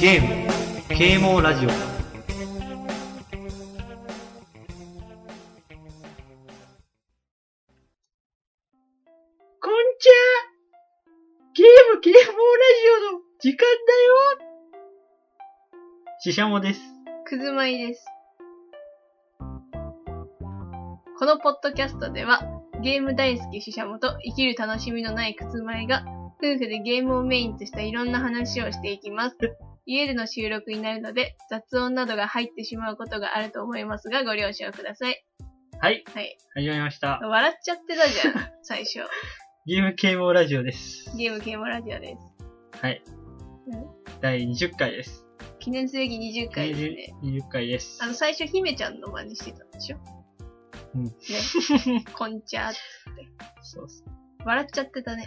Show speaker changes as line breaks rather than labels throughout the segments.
ゲーム、啓蒙ラジオ。
こんちゃゲーム啓蒙ラジオの時間だよ
ししゃもです。
くずまいです。このポッドキャストでは、ゲーム大好きししゃもと生きる楽しみのないくずまいが、夫婦でゲームをメインとしたいろんな話をしていきます。家での収録になるので、雑音などが入ってしまうことがあると思いますが、ご了承ください。
はい。
はい。
始まりました。
笑っちゃってたじ ゃん、最初。
ゲーム啓蒙ラジオです。
ゲーム啓蒙ラジオです。
はい
うん。
第20回です。
記念すべき20回ですね。
20回です
あ。の、最初、姫ちゃんの真似してたんでしょ
うん
ね。こんちゃーって
そうっす
笑っちゃって たね。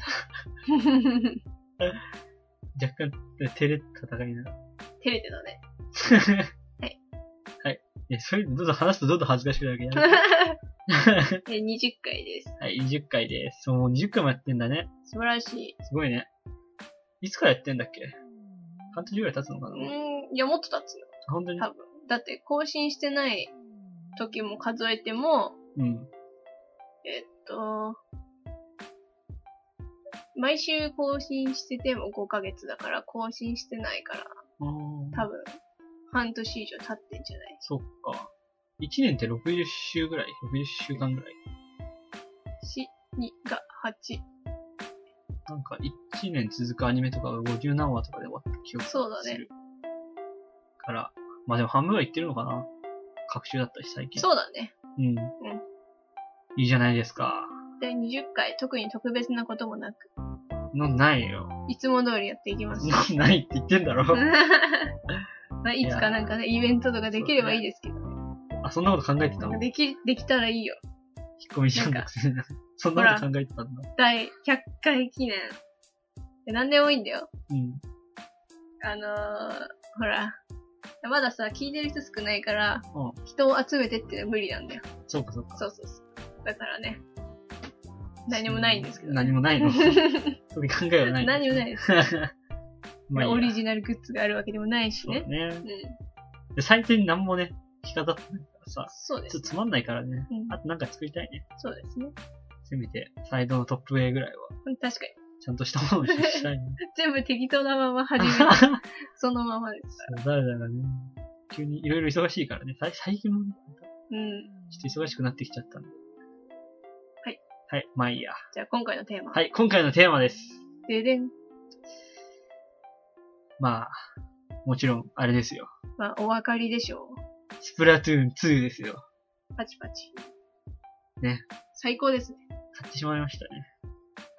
若干、照れた戦 いな。
照れてたね。
はい
い。
はい。え、それ、どんどん話すとどんどん恥ずかしくなるけど。
で20回です。
はい、20回です。もう20回もやってんだね。
素晴らしい。
すごいね。いつからやってんだっけ半年ぐらい経つのかな
うーん、いや、もっと経つよ。
あ本当に
多分。だって、更新してない時も数えても、
うん。
えっと、毎週更新してても5ヶ月だから、更新してないから、
あー
多分、半年以上経ってんじゃない
そっか。1年って60週ぐらい ?60 週間ぐらい
し、2が8。
なんか1年続くアニメとかが50何話とかで終わった記憶がする。
そうだね。
から、まあでも半分はいってるのかな各週だったし最近。
そうだね。
う。うん。いいじゃないですか。
で、20回、特に特別なこともなく、
のないよ。
いつも通りやっていきます。
のないって言ってんだろ。
まあ、いつかなんかね、イベントとかできればいいですけど、
あ、そんなこと考えてたの引っ
でき、できたらいいよ。
込みじゃ んだくせに。そんなこと考えてたんだ。
第100回記念。で何でもいいんだよ。
うん。
あのー、ほら。まださ、聞いてる人少ないから、
うん
人を集めてっていうのは無理なんだよ。
そうかそうか。
そうそうそう。だからね。何もないんですけど。
何もないの。 そういう考えはない。
何もないです。
まあいいや
オリジナルグッズがあるわけでもないし
そう
ね。
ね
う。ん。
で、最低に何もね、着飾ってないからさ、
そうで
ちょ
す
っ。とつまんないからね。
うん
あとなんか作りたいね。
そうですね。
せめて、サイドのトップウェイぐらいは、
うん確かに。
ちゃんとしたものにしたい ね。
全部適当なまま始める。
そう
そのままですから。
誰だかね。急にいろいろ忙しいからね。さい最近もね、
うん。
ちょっと忙しくなってきちゃったんで。
はい。
はい、まあいいや。
じゃあ今回のテーマ。
はい、今回のテーマです。
ででん。
まあ、もちろん、あれですよ。
まあ、お分かりでしょう。
スプラトゥーン2ですよ。
パチパチ。
ね。
最高ですね。
買ってしまいましたね。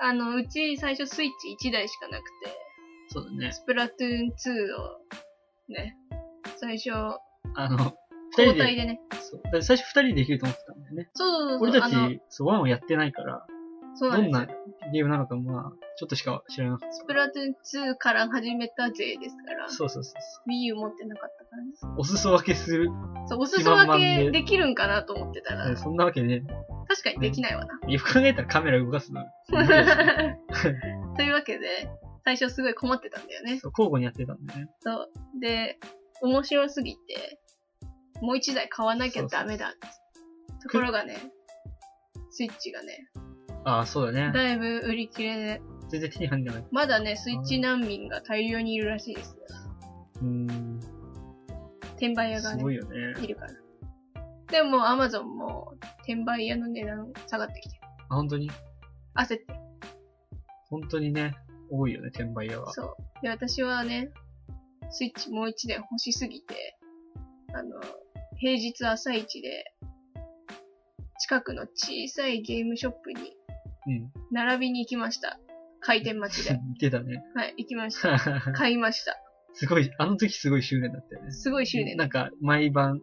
あの、うち最初スイッチ1台しかなくて、
そうだね。
スプラトゥーン2を、ね、最初、
あの、二人
交
で
代でね。
そう。だから最初二人でできると思ってたんだよね。
そうそうそ
俺
う。
た
あの、
ち、そう、ワンをやってないから、
そうな
ど
んで
ん
す
な
よ。
ゲームなのか、まあ、ちょっとしか知らなかっ
スプラトゥーン2から始めた勢ですから
た。、そうそうそう
Wii U 持ってなかったからね。
そう。お裾分けする。
そう、お裾
満
分
々で
けできるんかなと思ってたら、
そんなわけね。
確かにできないわな。
よく考えたらカメラ動かすの。
というわけで、最初すごい困ってたんだよね。
そう交互にやってたんだよね。
そう。で、面白すぎて、もう一台買わなきゃダメだって。ところがね、スイッチがね、
ああ、そうだね。
だいぶ売り切れで、
全然手に入んない。
まだね、スイッチ難民が大量にいるらしいですよ。
うーん。
転売屋が
す
ね
ごい、よね。
いるから。でも、アマゾンも、転売屋の値段下がってきてる。
あ本当に、
焦ってる。
本当にね、多いよね、転売屋は。
そう。で、私はね、スイッチもう一台欲しすぎて、あの、平日朝一で、近くの小さいゲームショップに
うん。
並びに行きました。回転待 ちで。
似てたね。
はい、行きました。買いました。
すごい、あの時すごい執念だったよね。
すごい執念
な
だ。
んか、毎晩、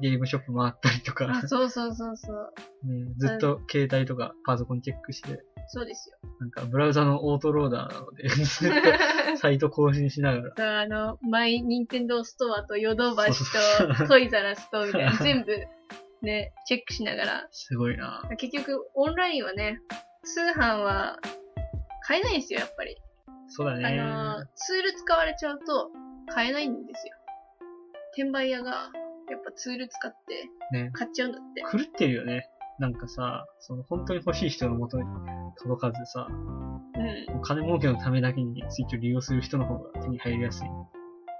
ゲームショップ回ったりとか
あ、。そうそうそうそう。
ねずっと携帯とかパソコンチェックして、
そうですよ。
なんか、ブラウザのオートローダーなので、ずっとサイト更新しながら。
だ からあの、マイ、ニンテンドーストアとヨドバシ
そうそ
と
う
トイザラスとみたいな、全部ね、チェックしながら。
すごいな
結局、オンラインはね、通販は買えないんですよ、やっぱり。
そうだね
あのー、ツール使われちゃうと買えないんですよ。転売屋が、やっぱツール使って
ね、
買っちゃうんだって。
狂ってるよね。なんかさ、その本当に欲しい人の元に届かずさ、
うん。
お金儲けのためだけにツイッチを利用する人の方が手に入りやすい。
だか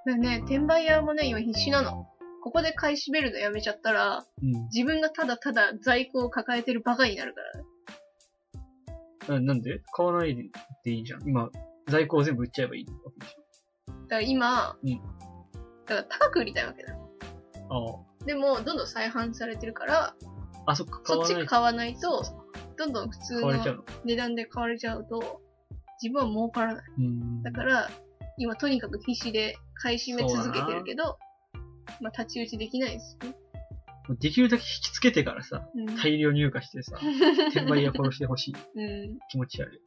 らね、転売屋もね、今必死なの。ここで買い占めるのやめちゃったら、
うん。
自分がただただ在庫を抱えてるバカになるから。
ななんで買わないでいいじゃん。今、在庫を全部売っちゃえばいいわけでし
だから今、
うん
だから高く売りたいわけだ。
ょ。
でも、どんどん再販されてるから、
ああ。あ、そっか、買
そっ
わ
ち
ない。
買わないと、どんどん普通
買われちゃ
の
うの。
値段で買われちゃうと、自分は儲からない。
うん。
だから、今とにかく必死で買い占め続けてるけど、まあ、立ち打ちできないですね。
もうできるだけ引きつけてからさ、
うん。
大量入荷 してさ、転売屋殺してほしい
うん。
気持ちある。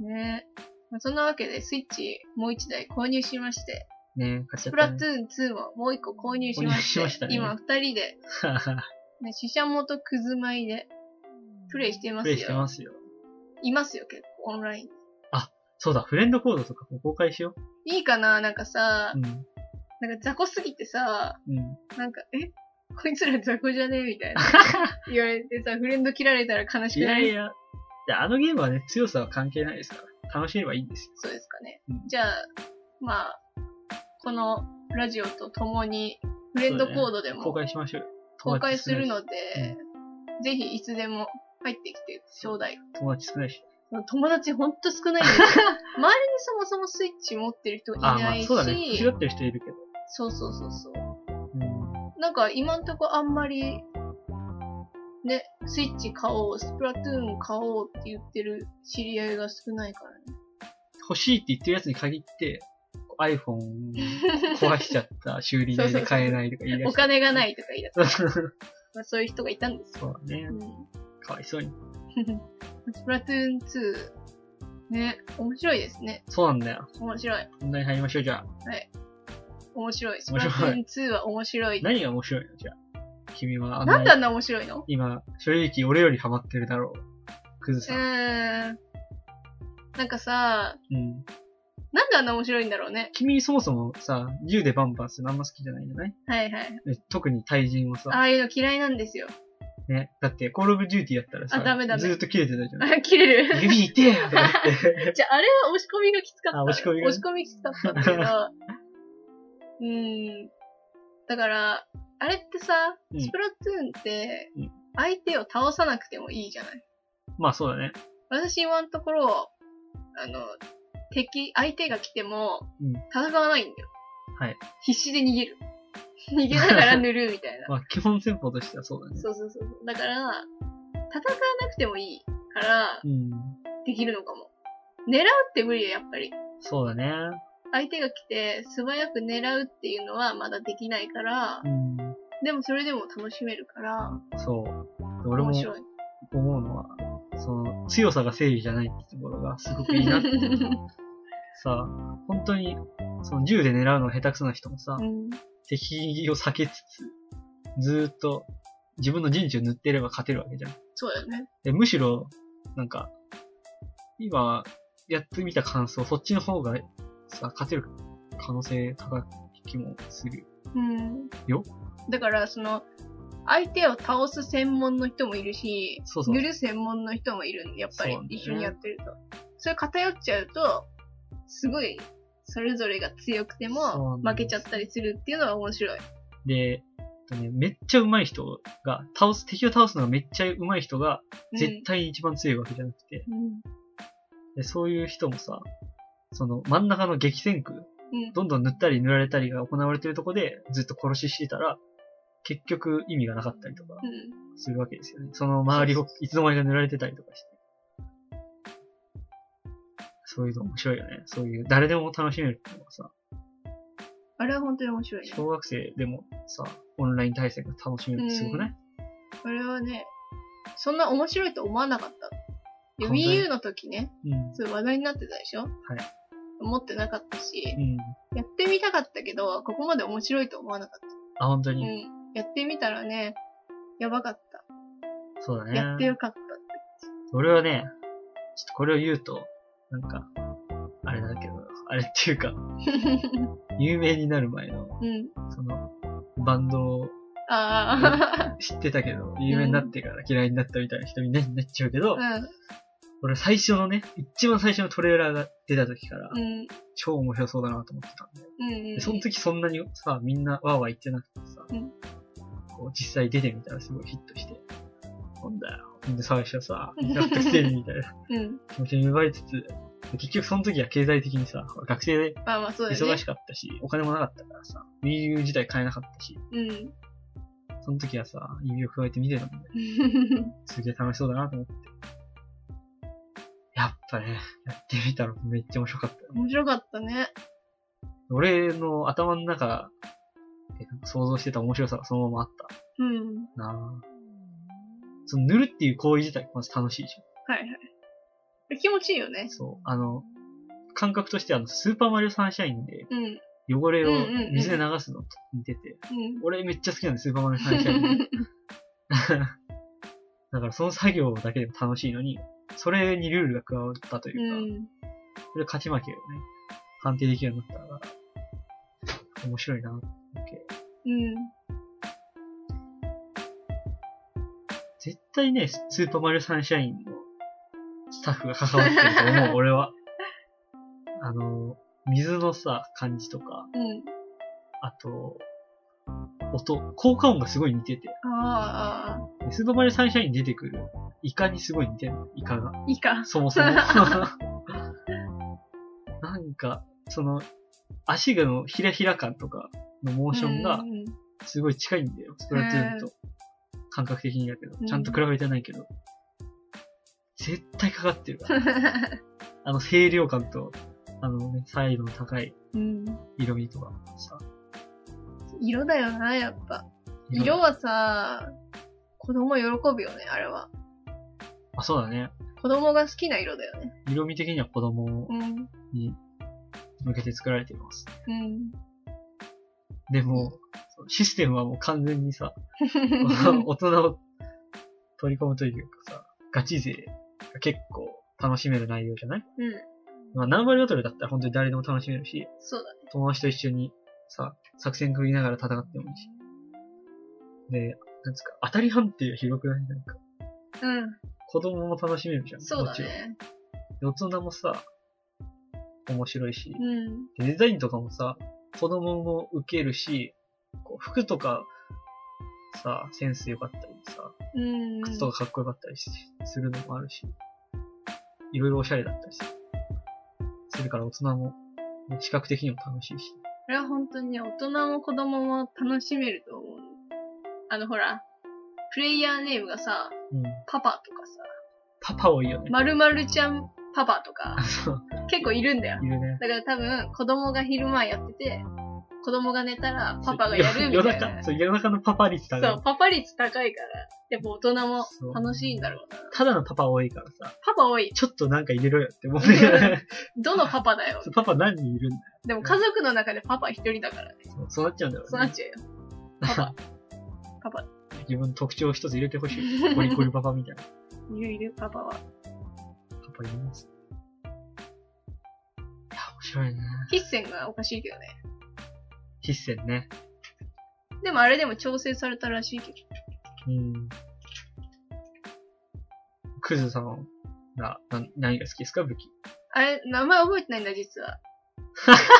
ねまあ、そんなわけで、スイッチもう一台購入しまして、
ね買っちゃ
ス
っ
プ
た、
ラ
ね。
トゥーン2ももう一個購入しまして、
購入しましたね
今二人で、
ははは
ね、死者もとくずまいで、プレイしてま
プレ
すよ。
イしてますよ。
いますよ、結構、オンライン。
そうだ、フレンドコードとかも公開しよ
いいかななんかさ
う。う、ん。
なんか雑魚すぎてさ、
うん。
なんか、えこいつら雑魚じゃねみた いな。言われてさ、フレンド切られたら悲し
い
く
や
ない
いや。であのゲームはね、強さは関係ないですから。楽しめばいいんですよ。
そうですかね。
うん
じゃあ、まあ、このラジオと共に、フレンドコードで
公
も
開しましょうよ。
公開する
友達
ので、ぜひいつでも入ってきてちょうだい。
少ないし。友達少ないし。
友達ほんと少 ないんですよ周りにそもそもスイッチ持ってる人い
あ、ま
な
あ
いし、
そうだね。欲しがってる人いるけど。
そうそうそうそう。
うん。
なんか今んとこあんまり、ね、スイッチ買おう、スプラトゥーン買おうって言ってる知り合いが少ないからね。
欲しいって言ってるやつに限って、iPhone 壊しちゃった、修理代で買えないとか言い出
お
して。
金がないとか言い出す。
そう
まあ、そういう人がいたんです
そ
よ。
うだね
う。ん
かわいそうに。
スプラトゥーン2。ね、面白いですね。
そうなんだよ。
面白い。
問題入りましょう、じゃあ。
面白い。スプ
面
ラ
白
ト
い
ゥーン2は面白い。
何が面白いのじゃあ。君は、あの
なんであんな面白いの
今、正直俺よりハマってるだろう。クズ
う
さん。
ーん。なんかさ、
うん。
なんであんな面白いんだろうね。
君そもそもさ、銃でバンバンするのあんま好きじゃないんじゃない
はいはい。
で特に対人は
あ
さ、
あいうの嫌いなんですよ。
ね。だって、コールオブデューティーやったらさ、
あダメダメ
ずーっと切れてたじゃん。
あ、切れ る。
指痛えよとか言 って。
じゃあ、あれは押し込みがきつかった。
あ押し込みがね
押し込みきつかったんだけど。 うーん。だから、あれってさ、
うん
スプラトゥーンって
うん、
相手を倒さなくてもいいじゃない
まあそうだね。
私今のところ、あの、敵、相手が来ても
うん、
戦わないんだよ。
はい。
必死で逃げる。 逃げながら塗るみ たいな。
まあ基本戦法としてはそうだね。
そうそうそうそう。だから、戦わなくてもいいから、
うん。
できるのかも。狙うって無理よ、やっぱり。
そうだね。
相手が来て、素早く狙うっていうのはまだできないから
う、ん。
でもそれでも楽しめるから、
そう。で俺も
面白い。
思うのは、その、強さが正義じゃないってところがすごくいいな って思う。さ、本当に、その銃で狙うのが下手くそな人もさ、
うん
敵を避けつつ、ずーっと自分の陣地を塗ってれば勝てるわけじゃん。
そうだよね。
でむしろ、なんか、今、やってみた感想、そっちの方がさ、勝てる可能性高い気もする。
うん。
よ
だから、その、相手を倒す専門の人もいるし、
そうそう
塗る専門の人もいるんで、やっぱり
そうね
一緒にやってると。それ偏っちゃうと、すごい、それぞれが強くて
そうな
も
んです
負けちゃったりするっていうのは面白い。
で、えっとね、めっちゃ上手い人が、倒す、敵を倒すのがめっちゃ上手い人が、絶対に一番強いわけじゃなくて、
うん。
でそういう人もさ、その真ん中の激戦区、
うん。
どんどん塗ったり塗られたりが行われてるとこでずっと殺ししてたら、結局意味がなかったりとか
うん。
するわけですよね。その周りをいつの間にか塗られてたりとかして。そういうの面白いよね。そういう、誰でも楽しめるっていうのはさ、
あれは本当に面白いね。
小学生でもさ、オンライン対戦が楽しめるってすごくない、
これはね、そんな面白いと思わなかった。で、
完全
Wii U の時ね、
うん。
そう話題になってたでしょはい思ってなかったし
う、ん。
やってみたかったけど、ここまで面白いと思わなかった。
あ、本当
う
に。
ん。やってみたらね、やばかっ
そうだ
た。やって
ね。
よかった。
俺はね、ちょっとこれを言うと、なんか、あれだけど、あれっていうか、有名になる前の、
うん。
その、バンドを
あ
知ってたけど、有名になってから嫌いになったみたいな人みんなになっちゃうけど、
あ。
俺最初のね、一番最初のトレーラーが出た時から
う、ん。うん。
超面白そうだなと思ってたんで。
うんう
で
ん。
その時そんなにさ、みんなわーわー言ってなくてさ、
うん
こう実際出てみたらすごいヒットして、なんだよ。みんな最初さ、やっとしてるみたいな
うん。
気持ちに奪いつつ、結局その時は経済的にさ、学生で
まあまあそうだよ
忙
ね
し。かったし、お金もなかったからさ、Wii U 自体買えなかったし、
うん。
その時はさ、指を加えて見てたもんね。すげえ楽しそうだなと思って。やっぱね、やってみたらめっちゃ面白かったよ。
面白かったね。
俺の頭の中、えなんか想像してた面白さがそのままあった。
うん。
なあその塗るっていう行為自体まず楽しいじ
はいはい。気持ちいいよね
ゃん。。そう。あの、感覚としてあの、スーパーマリオサンシャインで
うん。
汚れ
うん
を
うんうん
水で流すのと似てて、
うん。
俺めっちゃ好きなんで、スーパーマリオサンシャイ ン。だからその作業だけでも楽しいのに、それにルールが加わったというか、
うん。
それ勝ち負けをね、判定できるようになったから、面白いなって。
うん。
絶対ね、ススーパーマリオサンシャインのスタッフが関わってると思う、 俺は。あの、水のさ、感じとか、
うん。
あと、音、効果音がすごい似てて。
ああ、
でスーパーマリオサンシャインに出てくるイカにすごい似てるのイカが。
いいか。
そも そも。なんか、その、足がのひらひら感とかのモーションが
うんうん
すごい近いんだよ、スプラトゥーンと。感覚的にだけど
う、ん
ちゃんと比べてないけど。絶対かかってるわ。あの清涼感と、あのね、サイドの高い
うん。
色味とかさ。
色だよな、やっぱ。色はさ、子供喜ぶよね、あれは。
あ、そうだね。
子供が好きな色だよね。
色味的には子供
うん。
に向けて作られています。
うん。
でも、システムはもう完全に さ、 大人を取り込むというかさ、ガチ勢が結構楽しめる内容じゃない
うん。
まあ、ナンバリバトルだったら本当に誰でも楽しめるし、
そうだね。
友達と一緒にさ、作戦組みながら戦ってもいいし。で、なんつうか、当たり判定が広くないなんか、
う
子供も楽しめるじゃん。
ん。そう
も
だ
ちろん。で
ね。
大人もさ、面白いし、
うん。
でデザインとかもさ、子供も受けるし、こう服とか、さ、センス良かったりさ、
うん。
靴とかかっこよかったりしするのもあるし、いろいろおしゃれだったりする。するから大人も、ね視覚的にも楽しいし。
これは本当にね、大人も子供も楽しめると思う。あの、ほら、プレイヤーネームがさ、
うん。
パパとかさ、
パパ多いよね。
まるまるちゃんパパとか、
そう、
結構いるんだよ。
いるね。
だから多分、子供が昼間やってて、子供が寝たらパパがやるみたい
夜中、
な。そ
そう、夜中のパパ率高い。
う、パパ率高いから、やっぱ大人も楽しいんだろうな。
ただのパパ多いからさ、
パパ多い。
ちょっとなんか入れろよって思う ね。
どのパパだよ。
そうパパ何人いるんだよ。
でも家族の中でパパ一人だからね。
そうそうなっちゃうんだろ
そううな
ね
っ。ちゃうよ。パパ。パパ。
自分の特徴を一つ入れてほし い。ゴリゴリパパみたいな。
いるいる、パパは。
パパいます。いや、面白いね。
筆ンがおかしいけどね。
必戦ね。
でもあれでも調整されたらしいけど。
うん。クズさんが、な、何が好きですか武器。
あれ、名前覚えてないんだ、実 は。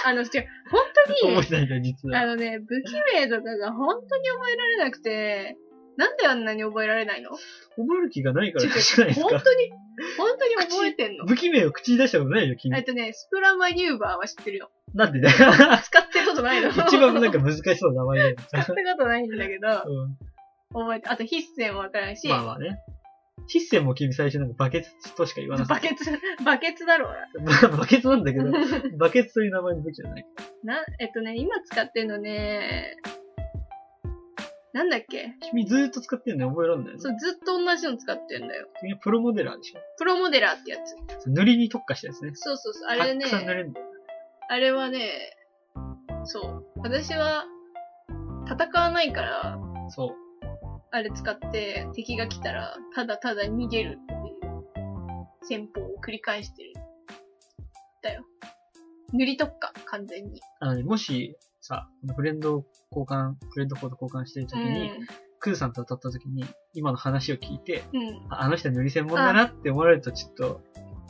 あの、違う、本当に
覚え、てないんだ、実
あ
は。
のね、武器名とかが本当に覚えられなくて、なんであんなに覚えられないの
覚える気がないか
ち
ら
ょっ
じゃないで
と
す
本
か。
当に、本当に覚えてんの
武器名を口に出したことないよ、君
えっ。とね、スプラマニューバーは知っ てるの。
なんでだよ。
使ってることないの。
一番なん
使っ
か難しそうな名前 だよ。
たことないんだけど、
うん
覚えて、あと筆箋もわからんし、
まあまあね。必戦も君最初なんかバケツとしか言わなか
バ
った
ケツ、バケツだろうな。
バケツなんだけど、 バケツという名前の武器じゃない。
な、えっとね、今使ってるのね、なんだっけ
君ずーっと使ってんの覚えらんないの
そう、ずっと同じの使ってんだよ。
君はプロモデラーでしょ
プロモデラーってやつ。
そう塗りに特化したやつね。
そうそうそう。あれね
た、くさん塗れるんだよ。
あれはね、そう。私は、戦わないから、
そう。
あれ使って、敵が来たら、ただただ逃げるっていう、戦法を繰り返してる。だよ。塗り特化、完全に。
あのね、もし、さ、フレンドを交換、フレンドコード交換してるときに、クーさんと当たったときに、今の話を聞いて、
うん。うん。
ああの人塗り専門だなって思われるとちょっと、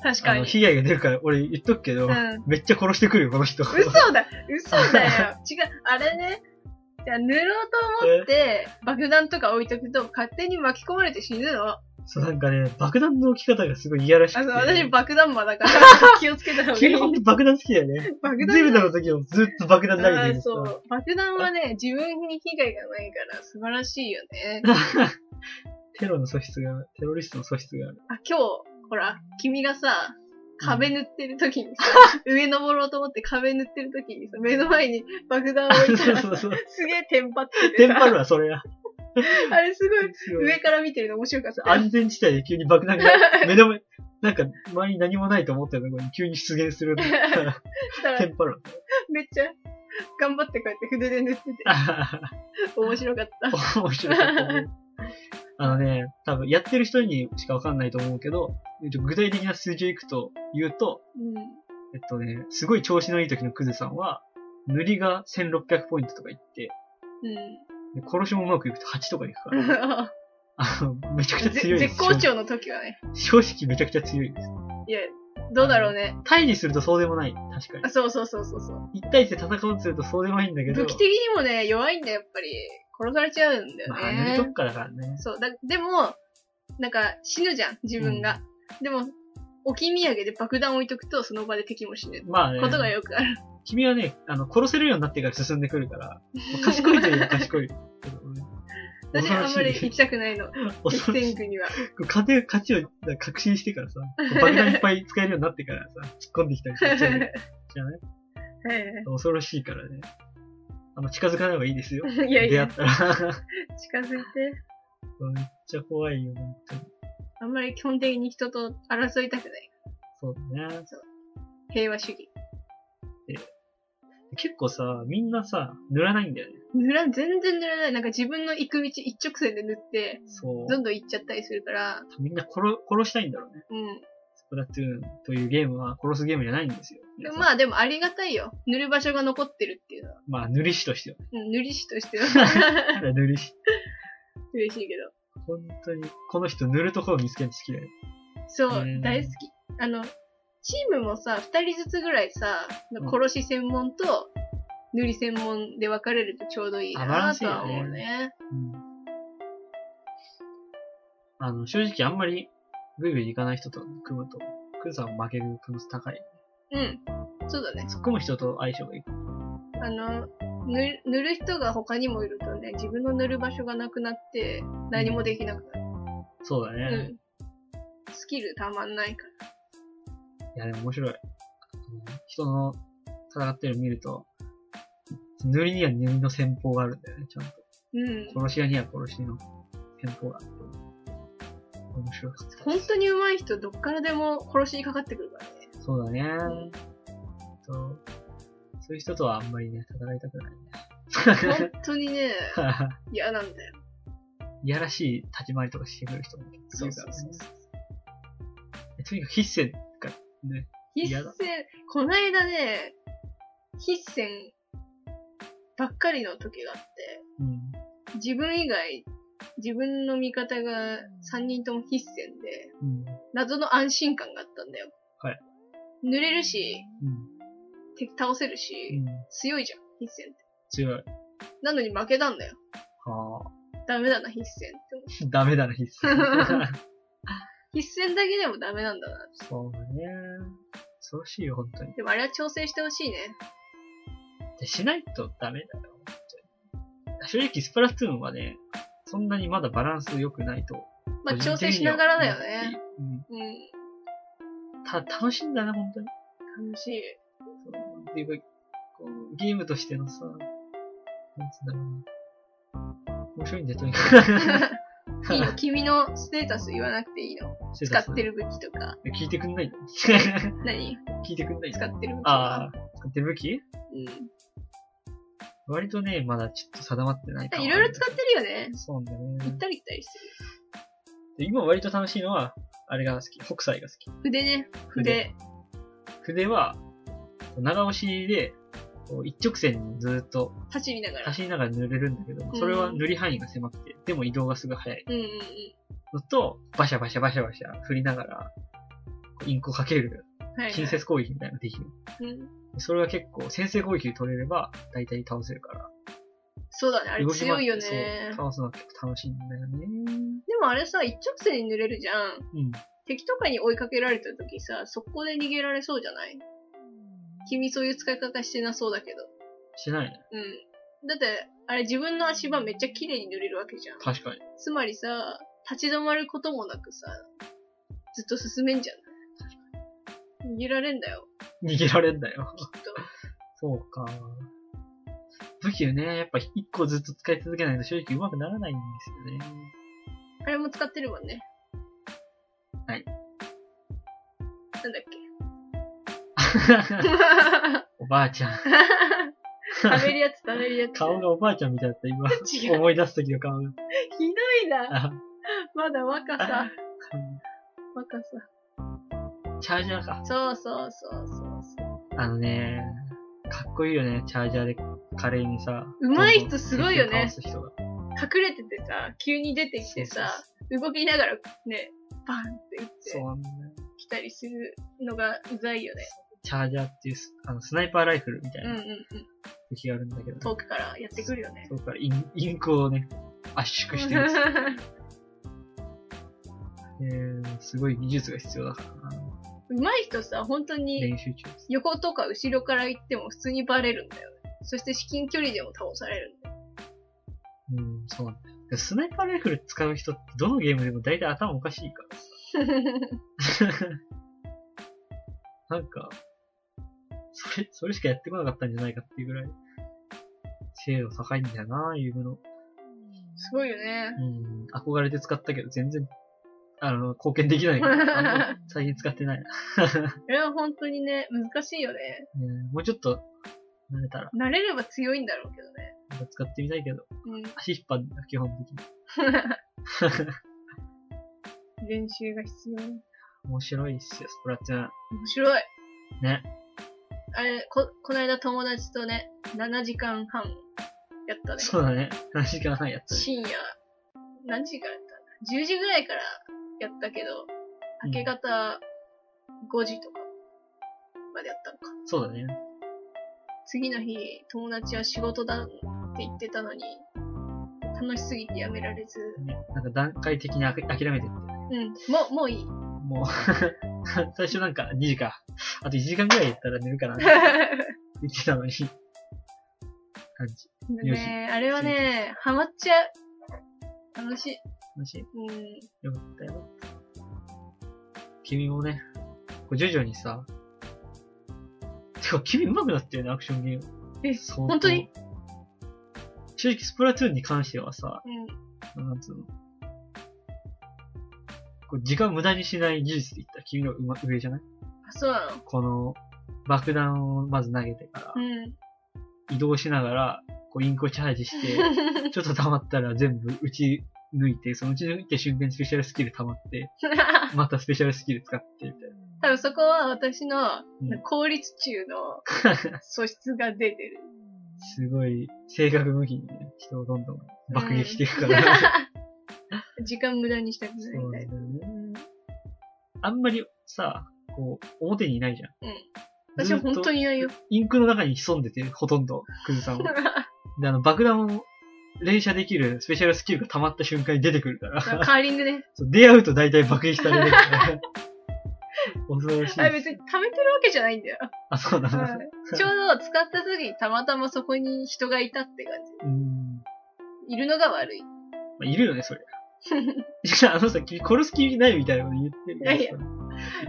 確
あ
か
の、
に。
被害が出るから、俺言っとくけど、
うん。
めっちゃ殺してくるよ、この人。
嘘だ嘘だよ 違う、あれね。じゃあ塗ろうと思って、爆弾とか置いとくと、勝手に巻き込まれて死ぬの。あ、
そう、なんかね、爆弾の置き方がすごいいやらしく
そう、
て。
私爆弾魔だから、気をつけた方がい
基
い。
本的に爆弾好きだよね。
爆
ゼルダ
弾
の時もずっと爆弾投げて
あ
る
ーそう。爆弾はね、自分に被害がないから素晴らしいよね。
テロの素質が、テロリストの素質がある。
あ、今日、ほら、君がさ、壁塗ってる時 にさ、上登ろうと思って壁塗ってる時にさ、目の前に爆弾を置 いた
そう
らさ、
そうそう。
すげえテンパってて
テ
さ
ンパるわ、それは。
あれすごい、
すごい
上から見てるの面白かったよ。
安全地帯で急に爆弾が、目の前、なんか、周りに何もないと思ったところに急に出現する。
したら
テンパる
めっちゃ、頑張ってこうやって筆で塗ってて、
わ。
面白かっ た。
面白かったね。あのね、多分やってる人にしかわかんないと思うけど、具体的な数字をいくと言うと、
うん。
えっとね、すごい調子のいい時のクズさんは、塗りが1600ポイントとかいって、
う
で殺しもうまくいくと8とかいく から、
ん。
あの、めちゃくちゃ強
ぜ
いです。
絶好調の時はね、
正正直めちゃくちゃ強いです。
いや、どうだろうね。
対にするとそうでもない。確かに
あ。そうそうそうそうそう。
一対一で戦おうとするとそうでもないんだけど
武、器的にもね、弱いんだよ、やっぱり。殺されちゃうんだよ
まあ、塗りと
ね
く。からからね。
そう。だ、でも、なんか、死ぬじゃん、自分が。でも、置き土産で爆弾置いとくと、その場で敵も死ぬ。
まあね
ことがよくあ る。
君はね、あの、殺せるようになってから進んでくるから、もう賢いといえば賢い。
私あんまり
恐
行きたくないの。
ろしい
激戦区には。
勝て、勝ちを確信してからさ、爆弾 いっぱい使えるようになってからさ、突っ込んできたりしちゃうじゃない 恐ろしいからね。あの、近づかない方がいいですよ。
いや
出
い
会
や
っ、たら。
近づいて。
めっちゃ怖いよ、本当に。
あんまり基本的に人と争いたくない。
そうだね。
平和主義。
結構さ、みんなさ、塗らないんだよね。
塗らん、全然塗らない。なんか自分の行く道一直線で塗って、
そう。
どんどん行っちゃったりするから、
みんな殺、殺したいんだろうね。
うん。
スプラトゥーンというゲームは殺すゲームじゃないんですよ。
でまあでもありがたいよ。塗る場所が残ってるっていうのは。
まあ、塗り師としては。
うん、塗り師と しては
ただ塗り師。
嬉しいけど。
本当に、この人塗るところ見つけるの好きだよ。
そう
うん、
大好き。あの、チームもさ、二人ずつぐらいさ、殺し専門と塗り専門で分かれるとちょうどいい
あバラン
な
スい
と
いよ
は
ね
思うね。
うん。あの、正直あんまり、ぐいぐい行かない人と組むと、クーさんは負ける可能性高い。
うん。そうだね。
突っ込む人と相性がいい。
あの、塗塗る人が他にもいるとね、自分の塗る場所がなくなって、何もできなくなる。
そうだね。
うん。スキルたまんないから。
いや、でも面白い。人の戦ってるの見ると、塗りには塗りの戦法があるんだよね、ちゃんと。
うん。
殺し屋には殺しの戦法があって。面白かった。
本当に上手い人、どっからでも殺しにかかってくるからね。
そうだね。とそういう人とはあんまりね、戦いたくないね。
本当にね、嫌なんだよ。
いやらしい立ち回りとかしてくる人も結構いるからね。とにかく筆戦がね、
必
嫌
戦
だ、
こないだね、必戦ばっかりの時があっ
うん。
て、自分以外、自分の味方が3人とも必戦で、
うん。
謎の安心感があったんだよ。
はい。
濡れるし、
うん。
敵倒せる
う
し、
ん。
強いじゃん、必戦って。
強い。
なのに負けたんだよ。
はあ。
ダメだな、必戦って思う。
ダメだな、必戦。
必戦だけでもダメなんだな。
そうだね。恐ろしいよ、本当に。
でもあれは調整してほしいね。
で、しないとダメだよ、本当に。正直、スプラトゥーンはね、そんなにまだバランス良くないと。
ま
個
あ
人
調
的には
整しながらだよね。。
うん。
うん。
た、楽しいんだな、本当に。
楽しい。
そうっていうか、こう、ゲームとしてのさ、なんつうんだろうな。面白いんだよ、とにかく。
いいの 君のステータス言わなくていいの 使ってる武器とか。
聞いてくんないの
何
聞いてくんない
使ってる武器と
ああ
か。、
使ってる武器
うん。
割とね、まだちょっと定まってない
いろいろ使
っ
ってるよね。
そうなんだよ
行っ
ね。
たり来たりして
で今割と楽しいのは、あれが好き。北斎が好き。
る。筆ね。筆。
筆は、長押しで、こう一直線にずっと
走りながら。
走りながら塗れるんだけど、それは塗り範囲が狭くて、でも移動がすごい早い
うんうんうん。
のと、バシャバシャバシャバシャ振りながら、インクをかける、
はいはい。
近接攻撃みたいなのができる。
うん。
それは結構、先制攻撃で取れれば、大体倒せるから。
そうだね。あれ
動き回
強
っ
い
て
よね
そう。。倒すのは結構楽しいんだよね。
でもあれさ、一直線に塗れるじゃん。
うん。
敵とかに追いかけられた時さ、速攻で逃げられそうじゃない君そういう使い方してなそうだけど。
しないね。
うん。だって、あれ自分の足場めっちゃ綺麗に塗れるわけじゃん。
確かに。
つまりさ、立ち止まることもなくさ、ずっと進めんじゃない逃げられんだよ、
逃げられんだよ。
きっと。
そうか。武器をね、やっぱ一個ずっと使い続けないと正直上手くならないんですよね。
あれも使ってるもんね。
はい。
なんだっ け。
おばあちゃん。
食べるやつ食べるやつ。
顔がおばあちゃんみたいだった、今。
違う。
思い出す時の顔が。
ひどいな。
あ
まだ 若さ。若さ。
チャージャーか。
そうそうそうそうそう。
あのね、かっこいいよね、チャージャーで華麗にさ。
上手い人すごいよね
どんどん
隠れててさ、急に出てきてさ、動きながらね、バンって打っ
敵を倒す人が。そう
て
なんだよ。
きたりするのがうざいよね。
チャージャーっていうスあのスナイパーライフルみたい
うんうんう。
なん武器があるんだけど、
遠くからやってくるよね。
そこからインインクをね、圧縮してるんですよ、 えーすごい技術が必要だからな。
うまい人さ、本当に
練習中です。
横とか後ろから行っても普通にバレるんだよね。そして至近距離でも倒されるんだよ。
うん、そうなんだよ。でスナイパーライフル使う人ってどのゲームでも大体頭おかしいから さ。 なんか、それ、それしかやってこなかったんじゃないかっていうぐらい、精度高いんだよな、いうの。
すごいよね。
うん、憧れて使ったけど全然、あの、貢献できないから、あんま最近使ってないな。
あれは本当にね、難しいよね。
ねもうちょっと、慣れたら、
慣れれば強いんだろうけど
使ってみたいけど、
ね。
足引っ張るんだ、基本的に。
うん。 練習が必要。
面白いっすよ、スプラトゥーン。
面白い。
ね。
あれ、こ、この間友達とね、7時間半やったね。
そうだね。何時間半やったね
深夜、何時からやったんだ ?10 時ぐらいからやったけど、
うん
明け方5時とかまでやったのか。
そうだね。
次の日、友達は仕事だって言ってたのに、楽しすぎてやめられず、
ねなんか段階的にあき諦めてって。
うん、もう、もう いい。
もう、 最初なんか2時か。あと1時間ぐらいやったら寝るかな って言ってたのに。感じ。
ねあれはね、ハマっちゃう。楽しい。
楽しい。
う
よ
ん。
かったよ。君もね、こう徐々にさ、てか君上手くなったよね、アクションゲーム。
え
相当
本当に
正直、スプラトゥーンに関してはさ、
うん。
なんつうの。こう時間を無駄にしない技術で言ったら君の上上じゃない
あ、そうなの
この爆弾をまず投げてから
う、ん。
移動しながら、こうインクをチャージ して、ちょっと溜まったら全部打ち抜いて、その打ち抜いて瞬間にスペシャルスキル溜まって、またスペシャルスキル使って、みたいな。
多分そこは私の
うん
効率中 の素質が出てる。
すごい、性格無比にね、人をどんどん爆撃していくから。
時間無駄にしたく
そ
ないうみた
ないん
な。
だよね。あんまりさ、こう、表にいないじゃん。
私は本当にいないよ。
インクの中に潜んでて、ほとんど、クズさんは。で、あの、爆弾を連射できるスペシャルスキルが溜まった瞬間に出てくるから。
カーリングね。
そう出会うと大体爆撃される から。恐ろしいです。
あ、別に溜めてるわけじゃないんだよ。
あ、そうなんだ。
ちょうど使った時にたまたまそこに人がいたって感
うん。
じ。いるのが悪い。
まあ、いるよね、そりゃ。いや、あのさ、君殺す気ないみたいなこと言ってる
いやい
けどさ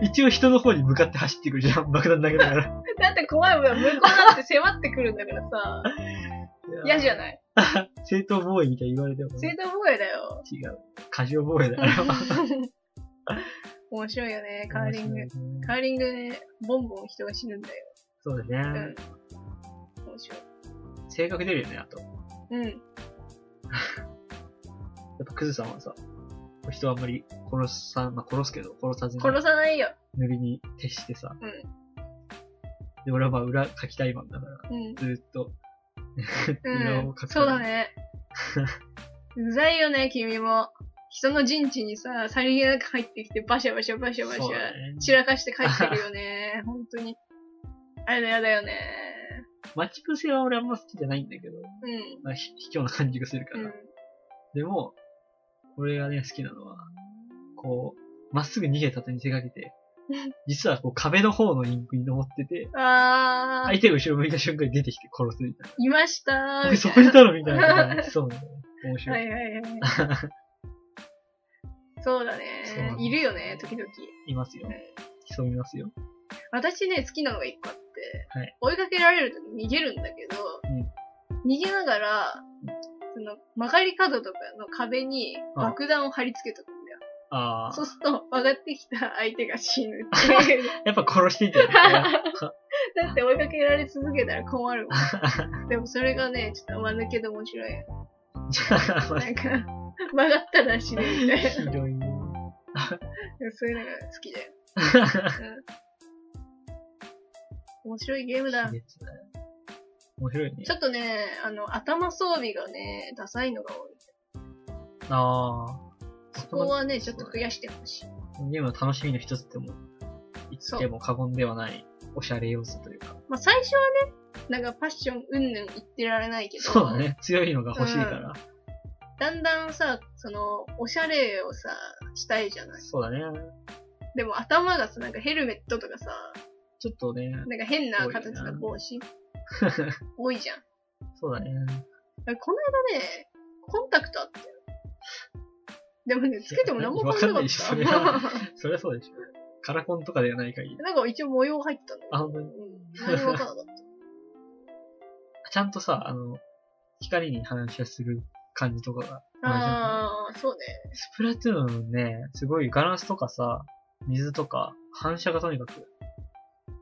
一応人の方に向かって走ってくるじゃん、爆弾投げながら。
だって怖いもん。向こうだって迫ってくるんだからさ、嫌じゃ
い
ない
正当防衛みたいに言われても、
正当防衛だ よ。
違う。過剰防衛だから。
面白いよね、カーリング
面。白いね
カーリングね、ボンボン人が死ぬんだよ。
そうだ
う
ね
ん。。面白い。
性格出るよね、あと。や
うん。
っぱクズさんはさ、人はあんまり殺さ、まあ、殺すけど、殺さずに、
殺さないよ。
塗りに徹してさ。
うん
で、俺はまあ裏書きたいマンだから、
うん。
ずーっと、裏を
うん
書く。
そうだね。うざいよね、君も。人の陣地にさ、さりげなく入ってきて、バシャバシャバシャバシャ
そうだね、
散らかして帰ってるよ ね。本当に。あれだ、やだよね。
待ち伏せは俺あんま好きじゃないんだけど、
うん。
まあ、ひ卑怯な感じがするから。
うん。
でも、俺がね、好きなのは、こう、まっすぐ逃げたと見せかけ て
うん、
実はこう壁の方のインクに登ってて、
あー、
相手が後ろ向いた瞬間に出てきて殺すみたい
いましたー。
な。おい、
み
そ
たい
こ
な
にいたのみたいなことが。そうなんだよ。面白。
はいいはいはい。そうだ
そうな
ね
ん。です
いるよね、時々。
いますよ。潜みますよ。
私ね、好きなのが一個あって、
はい
追いかけられると逃げるんだけど、逃げながら、その曲がり角とかの壁に
あ
爆弾を貼り付けとくんだよ。
あ
そ
あ
う。すると曲がってきた相手が死ぬっ ていう。
やっぱ殺していたよね。
だって追いかけられ続けたら困るもん。でもそれがね、ちょっと間抜けで面白い。
じゃあ、まあ
なんか、曲がったら死ぬみたい
ひどい ね。
な。そういうのが好きだよ。うん、面白いゲームだ。
別だね面白いね
ち。ょっとね、あの、頭装備がね、ダサいのが多い。
ああ。
そこはね、ちょっと増やしてほしい。
ゲームの楽しみの一つっても、言っても過言ではない、おしゃれ要素というか。
まあ、最初はね、なんかパッションうんぬん言ってられないけど、
そうだね。強いのが欲しいから。
だんだんさ、その、おしゃれをさ、したいじゃない。
そうだね。
でも頭がさ、なんかヘルメットとかさ、
ちょっとね、
なんか変な形の帽子多いじゃん。
そうだね。
だからこの間ね、コンタクトあったよ。でもね、つけても何も感じなかっ
い
た。
やわかん
な
そりゃそうでしょ。カラコンとかではない限り。
んか一応模様入ってたんだけ
あ、本当に。
ど、うん、何もわか らなかった。
ちゃんとさ、あの、光に反射する感じとかが。
ああ、そうね。
スプラトゥーンね、すごいガラスとかさ、水とか、反射がとにかく、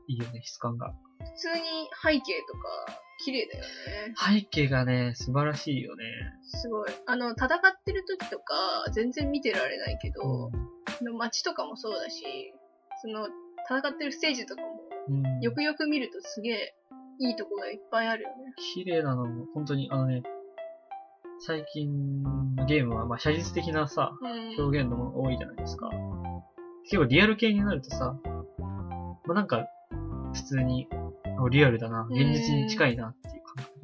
いいよね、質感が。
普通に背景とか、綺麗だよね。
背景がね、素晴らしいよね。
すごい。あの、戦ってる時とか、全然見てられないけど、その街とかもそうだし、その、戦ってるステージとかも、
うん
よくよく見るとすげえ、いいとこがいっぱいあるよね。
綺麗なのも、本当に、あのね、最近のゲームは、まあ、写実的なさ、
うん。
表現のものが多いじゃないですか。結構リアル系になるとさ、まあ、なんか、普通に、あリアルだな、現実に近いなっていう感覚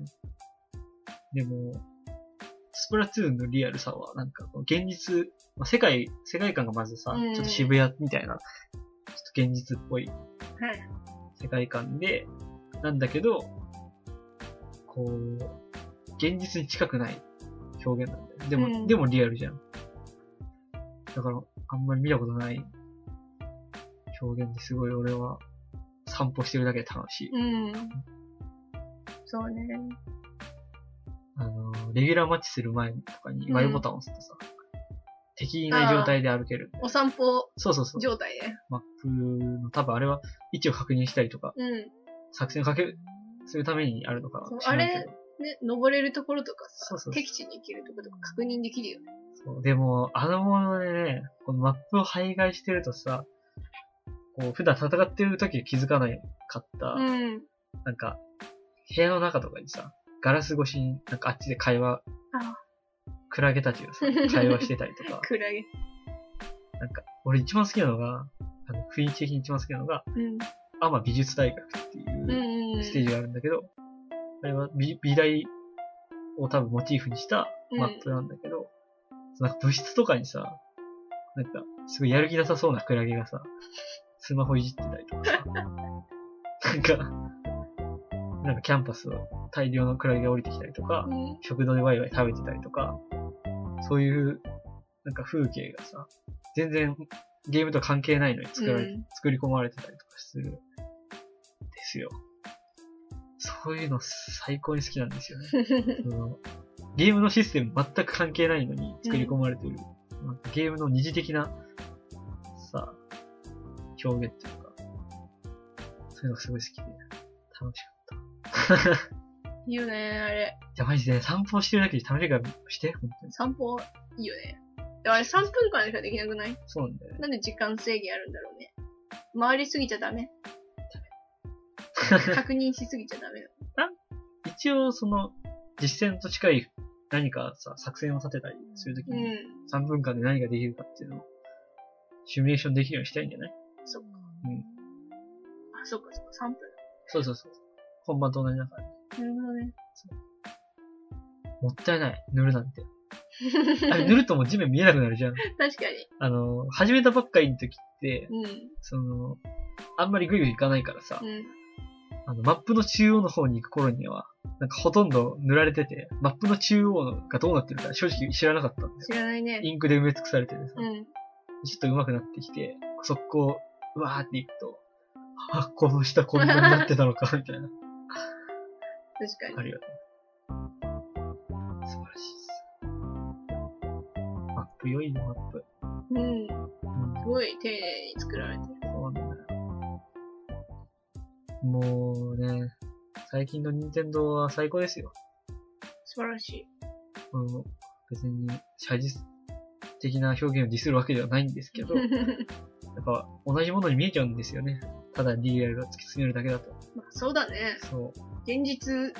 で。でも、スプラトゥーンのリアルさは、なんかこう、現実、まあ、世界、世界観がまずさ、
うん
ちょっと渋谷みたいな、ちょっと現実っぽい
はい。
世界観で、なんだけど、こう、現実に近くない表現なんだよ。でも、
うん
でもリアルじゃん。だから、あんまり見たことない表現ですごい俺は散歩してるだけで楽しい。
うん。そうね。
あの、レギュラーマッチする前とかに
うん
Y ボタンを押すとさ、敵いない状態で歩けるんだよ。
お散歩
そうそうそう。
状態ね。
マップの多分あれは位置を確認したりとか、
うん。
作戦をかける、するためにあるのか
そう
な知らないけど。
あれね、登れるところとかさ、
そうそうそう
敵地に行けるところとか確認できるよね。
そう、でも、あのものでね、このマップを徘徊してるとさ、こう、普段戦ってる時気づかないかった、
うん。
なんか、部屋の中とかにさ、ガラス越しに、なんかあっちで会話
あ、、
クラゲたちがさ、会話してたりとか
クラゲ。
なんか、俺一番好きなのが、あの、雰囲気的に一番好きなのが、
うん。
アマ美術大学っていう、
うんうん。
ステージがあるんだけど、あれは美美大を多分モチーフにしたマップなんだけど、なんか部室とかにさ、なんかすごいやる気なさそうなクラゲがさ、スマホいじってたりとかさ、なんか、なんかキャンパスを大量のクラゲが降りてきたりとか、
うん。
食堂でワイワイ食べてたりとか、そういう、なんか風景がさ、全然ゲームとは関係ないのに作られ、
うん
作り込まれてたりとかするん ですよ。そういうの最高に好きなんですよね。そのゲームのシステム全く関係ないのに作り込まれてる、なんかゲームの二次的な、さ、表現っていうか、そういうのがすごい好きで、楽しかった。
いいよね、あれ。
いや、マジで、散歩してるだけで楽しいからして、本当に。
散歩、いいよね。であれ3分間しかできなくない
そうなんだよね。
なんで時間制限あるんだろうね。回りすぎちゃダメ。確認しすぎちゃダメだ。
一応、その、実践と近い何かさ、作戦を立てたりするとき
う
に、
ん。
3分間で何ができるかっていうのを、シミュレーションできるようにしたいんじゃない
そっか。
うん
あ、そっかそっか、3分。
そうそうそう。本番と同じだから。
なるほどね。
もったいない。塗るなんて。あれ塗るともう地面見えなくなるじゃん。
確かに。
あの、始めたばっかりの時って、
うん。
その、あんまりグイグイ行かないからさ、
うん。
あの、マップの中央の方に行く頃には、なんかほとんど塗られてて、マップの中央のがどうなってるか正直知らなかったんです
知らないね。
インクで埋め尽くされててさ、
うん。
ちょっと上手くなってきて、速攻、うわーって行くと、あ、この下こんなになってたのか、み たいな。
確か
あ
に。
るよね。素晴らしいっす。マップ良いね、マップ。
うん。
うん
すごい丁寧に作られてる。
そうなんだよ。もうね、最近の任天堂は最高ですよ。
素晴らしい。
うん、別に写実的な表現をディスるわけではないんですけど、やっぱ同じものに見えちゃうんですよね。ただリアルを突き詰めるだけだと。
まあ、そうだね。
そう、
現実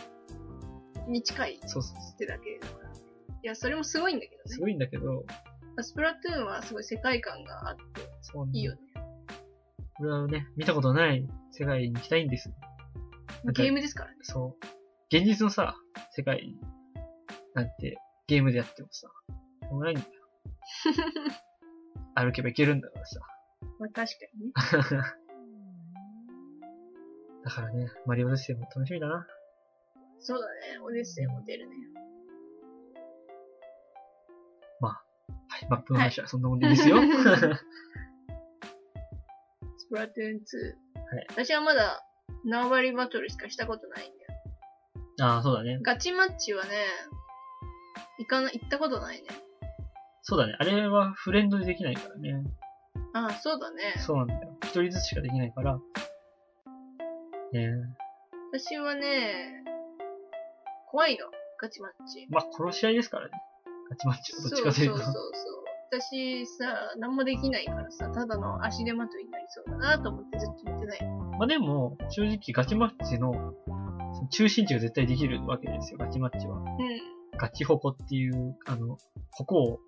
に近いっ
そうそうそ
てだけだから。いや、それもすごいんだけ
う。
ど
す
ね。
ごいんだけど、
スプラトゥーンはすごい世界観があって
そう
いいよね。
これはね、見たことない世界に行きたいんです。なんか
ゲームですからね。
そう。現実のさ、世界なんてゲームでやってもさ、しょうが ないんだよ。歩けば行けるんだからさ。
まあ確か にね。
だからね、マリオデッセイも楽しみだな。
そうだね。オデッセイも出るね。
はい、マップの話はそんなもんでいいです よ。
はい
う
スプラトゥーン2。私はまだ縄張りバトルしかしたことないんだよ。
んああ、そうだね。
ガチマッチはね、行かな、行ったことないね。
そうだね。あれはフレンドでできないからね。
ああ、そうだね。
そうなんだよ。一人ずつしかできないから。ねえ。
私はね、怖いの。ガチマッチ。
まあ、殺し合いですからね。ガチマッチ
そう
とどっ
そ
ち
う
かとい
そう
う
そう
と。。
私さ、何もできないからさ、ただの足手まといになりそうだなと思ってずっと言ってない。
まあでも、正直ガチマッチのその中心地が絶対できるわけですよ、ガチマッチは。
う
ガチホコっていう、あの、ホコを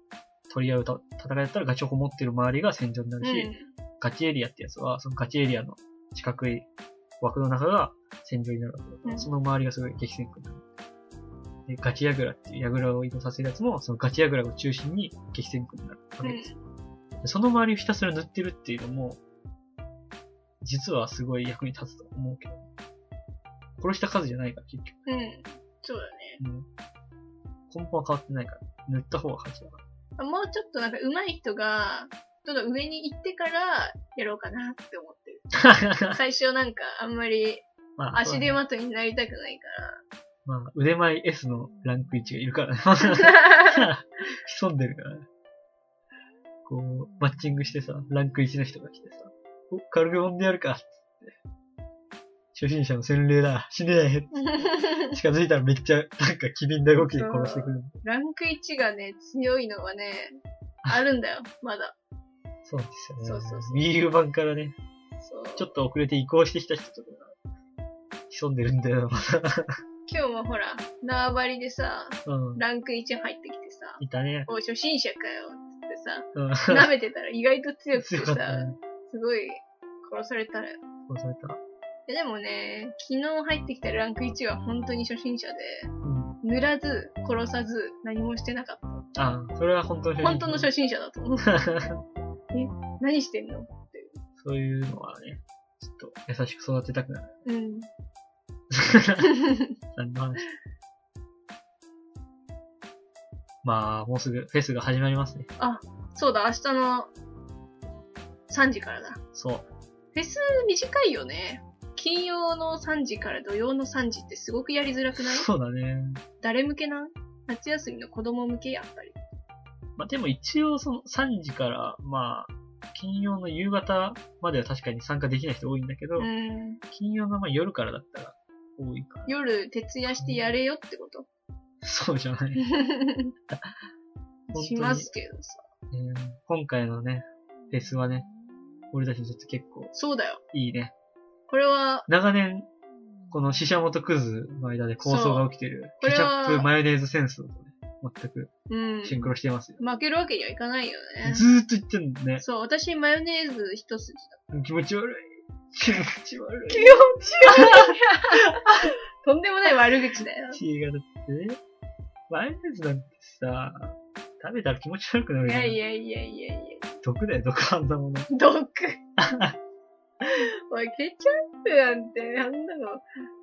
取り合うた戦いだったらガチホコ持ってる周りが戦場になる
ん。う
し、
ん。
ガチエリアってやつは、そのガチエリアの四角い枠の中が戦場になるわけだから、
うん
その周りがすごい激戦区になる。で、ガチヤグラっていうヤグラを移動させるやつも、そのガチヤグラを中心に激戦区になるわけですよ。でその周りをひたすら塗ってるっていうのも、実はすごい役に立つと思うけど、殺した数じゃないから結局。
うん。そうだね。
うん根本は変わってないから、塗った方が勝ちだから。
もうちょっとなんか上手い人が、どんどん上に行ってからやろうかなって思ってる。最初なんかあんまり
まあ、
足手
ま
まといになりたくないか
まあ、腕前 S のランク1がいるからね。
ら。
潜んでるからね。こう、マッチングしてさ、ランク1の人が来てさ、お、軽く揉んでやるかっつって。初心者の洗礼だ。死ねえ。 近づいたらめっちゃ、なんか機敏な動きで殺してくる。
ランク1がね、強いのはね、あるんだよ、まだ。
そうなんですよね。
そうそうそう
右右版からね、
そう
ちょっと遅れて移行してきた人とかが、潜んでるんだよ。
今日もほら、縄張りでさ、
うん。
ランク1入ってきてさ、
いたね。
おい、初心者かよっ
うん。
つってさ、舐めてたら意外と強くて
強か
さ
っ、たね。
すごい殺されたらよ。
殺された。
いやでもね、昨日入ってきたランク1は本当に初心者で、
うん。
塗らず、殺さず、何もしてなかった。
ああ、それは本当の初心者。
本当の初心者だと思う。 何してんの
そういうのはね、ちょっと優しく育てたくなる。
うん。
何の話まあ、もうすぐフェスが始まりますね。
そうだ、明日の3時からだ。
そう。
フェス短いよね。金曜の3時から土曜の3時ってすごくやりづらくない
そうだね。
誰向けなん夏休みの子供向けやったり。
まあでも一応その3時から、まあ、金曜の夕方までは確かに参加できない人多いんだけど、
うん。
金曜のまあ夜からだったら多いから。
夜、徹夜してやれよってこと。
そうじゃない。当に
しますけどさ。
えー今回のね、フェスはね、俺たちにとって結構
そうだよ。
いいね。
これは、
長年、この死者元クズの間で構想が起きてる、
そう
ケチャ
これ
ッ
は
プ、マヨネーズセンスとね、全く
うん。
シンクロしてますよ。
負けるわけにはいかないよね。
ずーっと言ってんのね。
そう、私、マヨネーズ一筋だ。
気持ち悪い。気持ち悪い。
とんでもない悪口だよ。
気がだって、マヨネーズなんてさ、食べたら気持ち悪くなる
い
じゃん
やいやいやいやいや。
毒だよ、毒あんなもの。
毒。おい、ケチャップなんて、なんだろ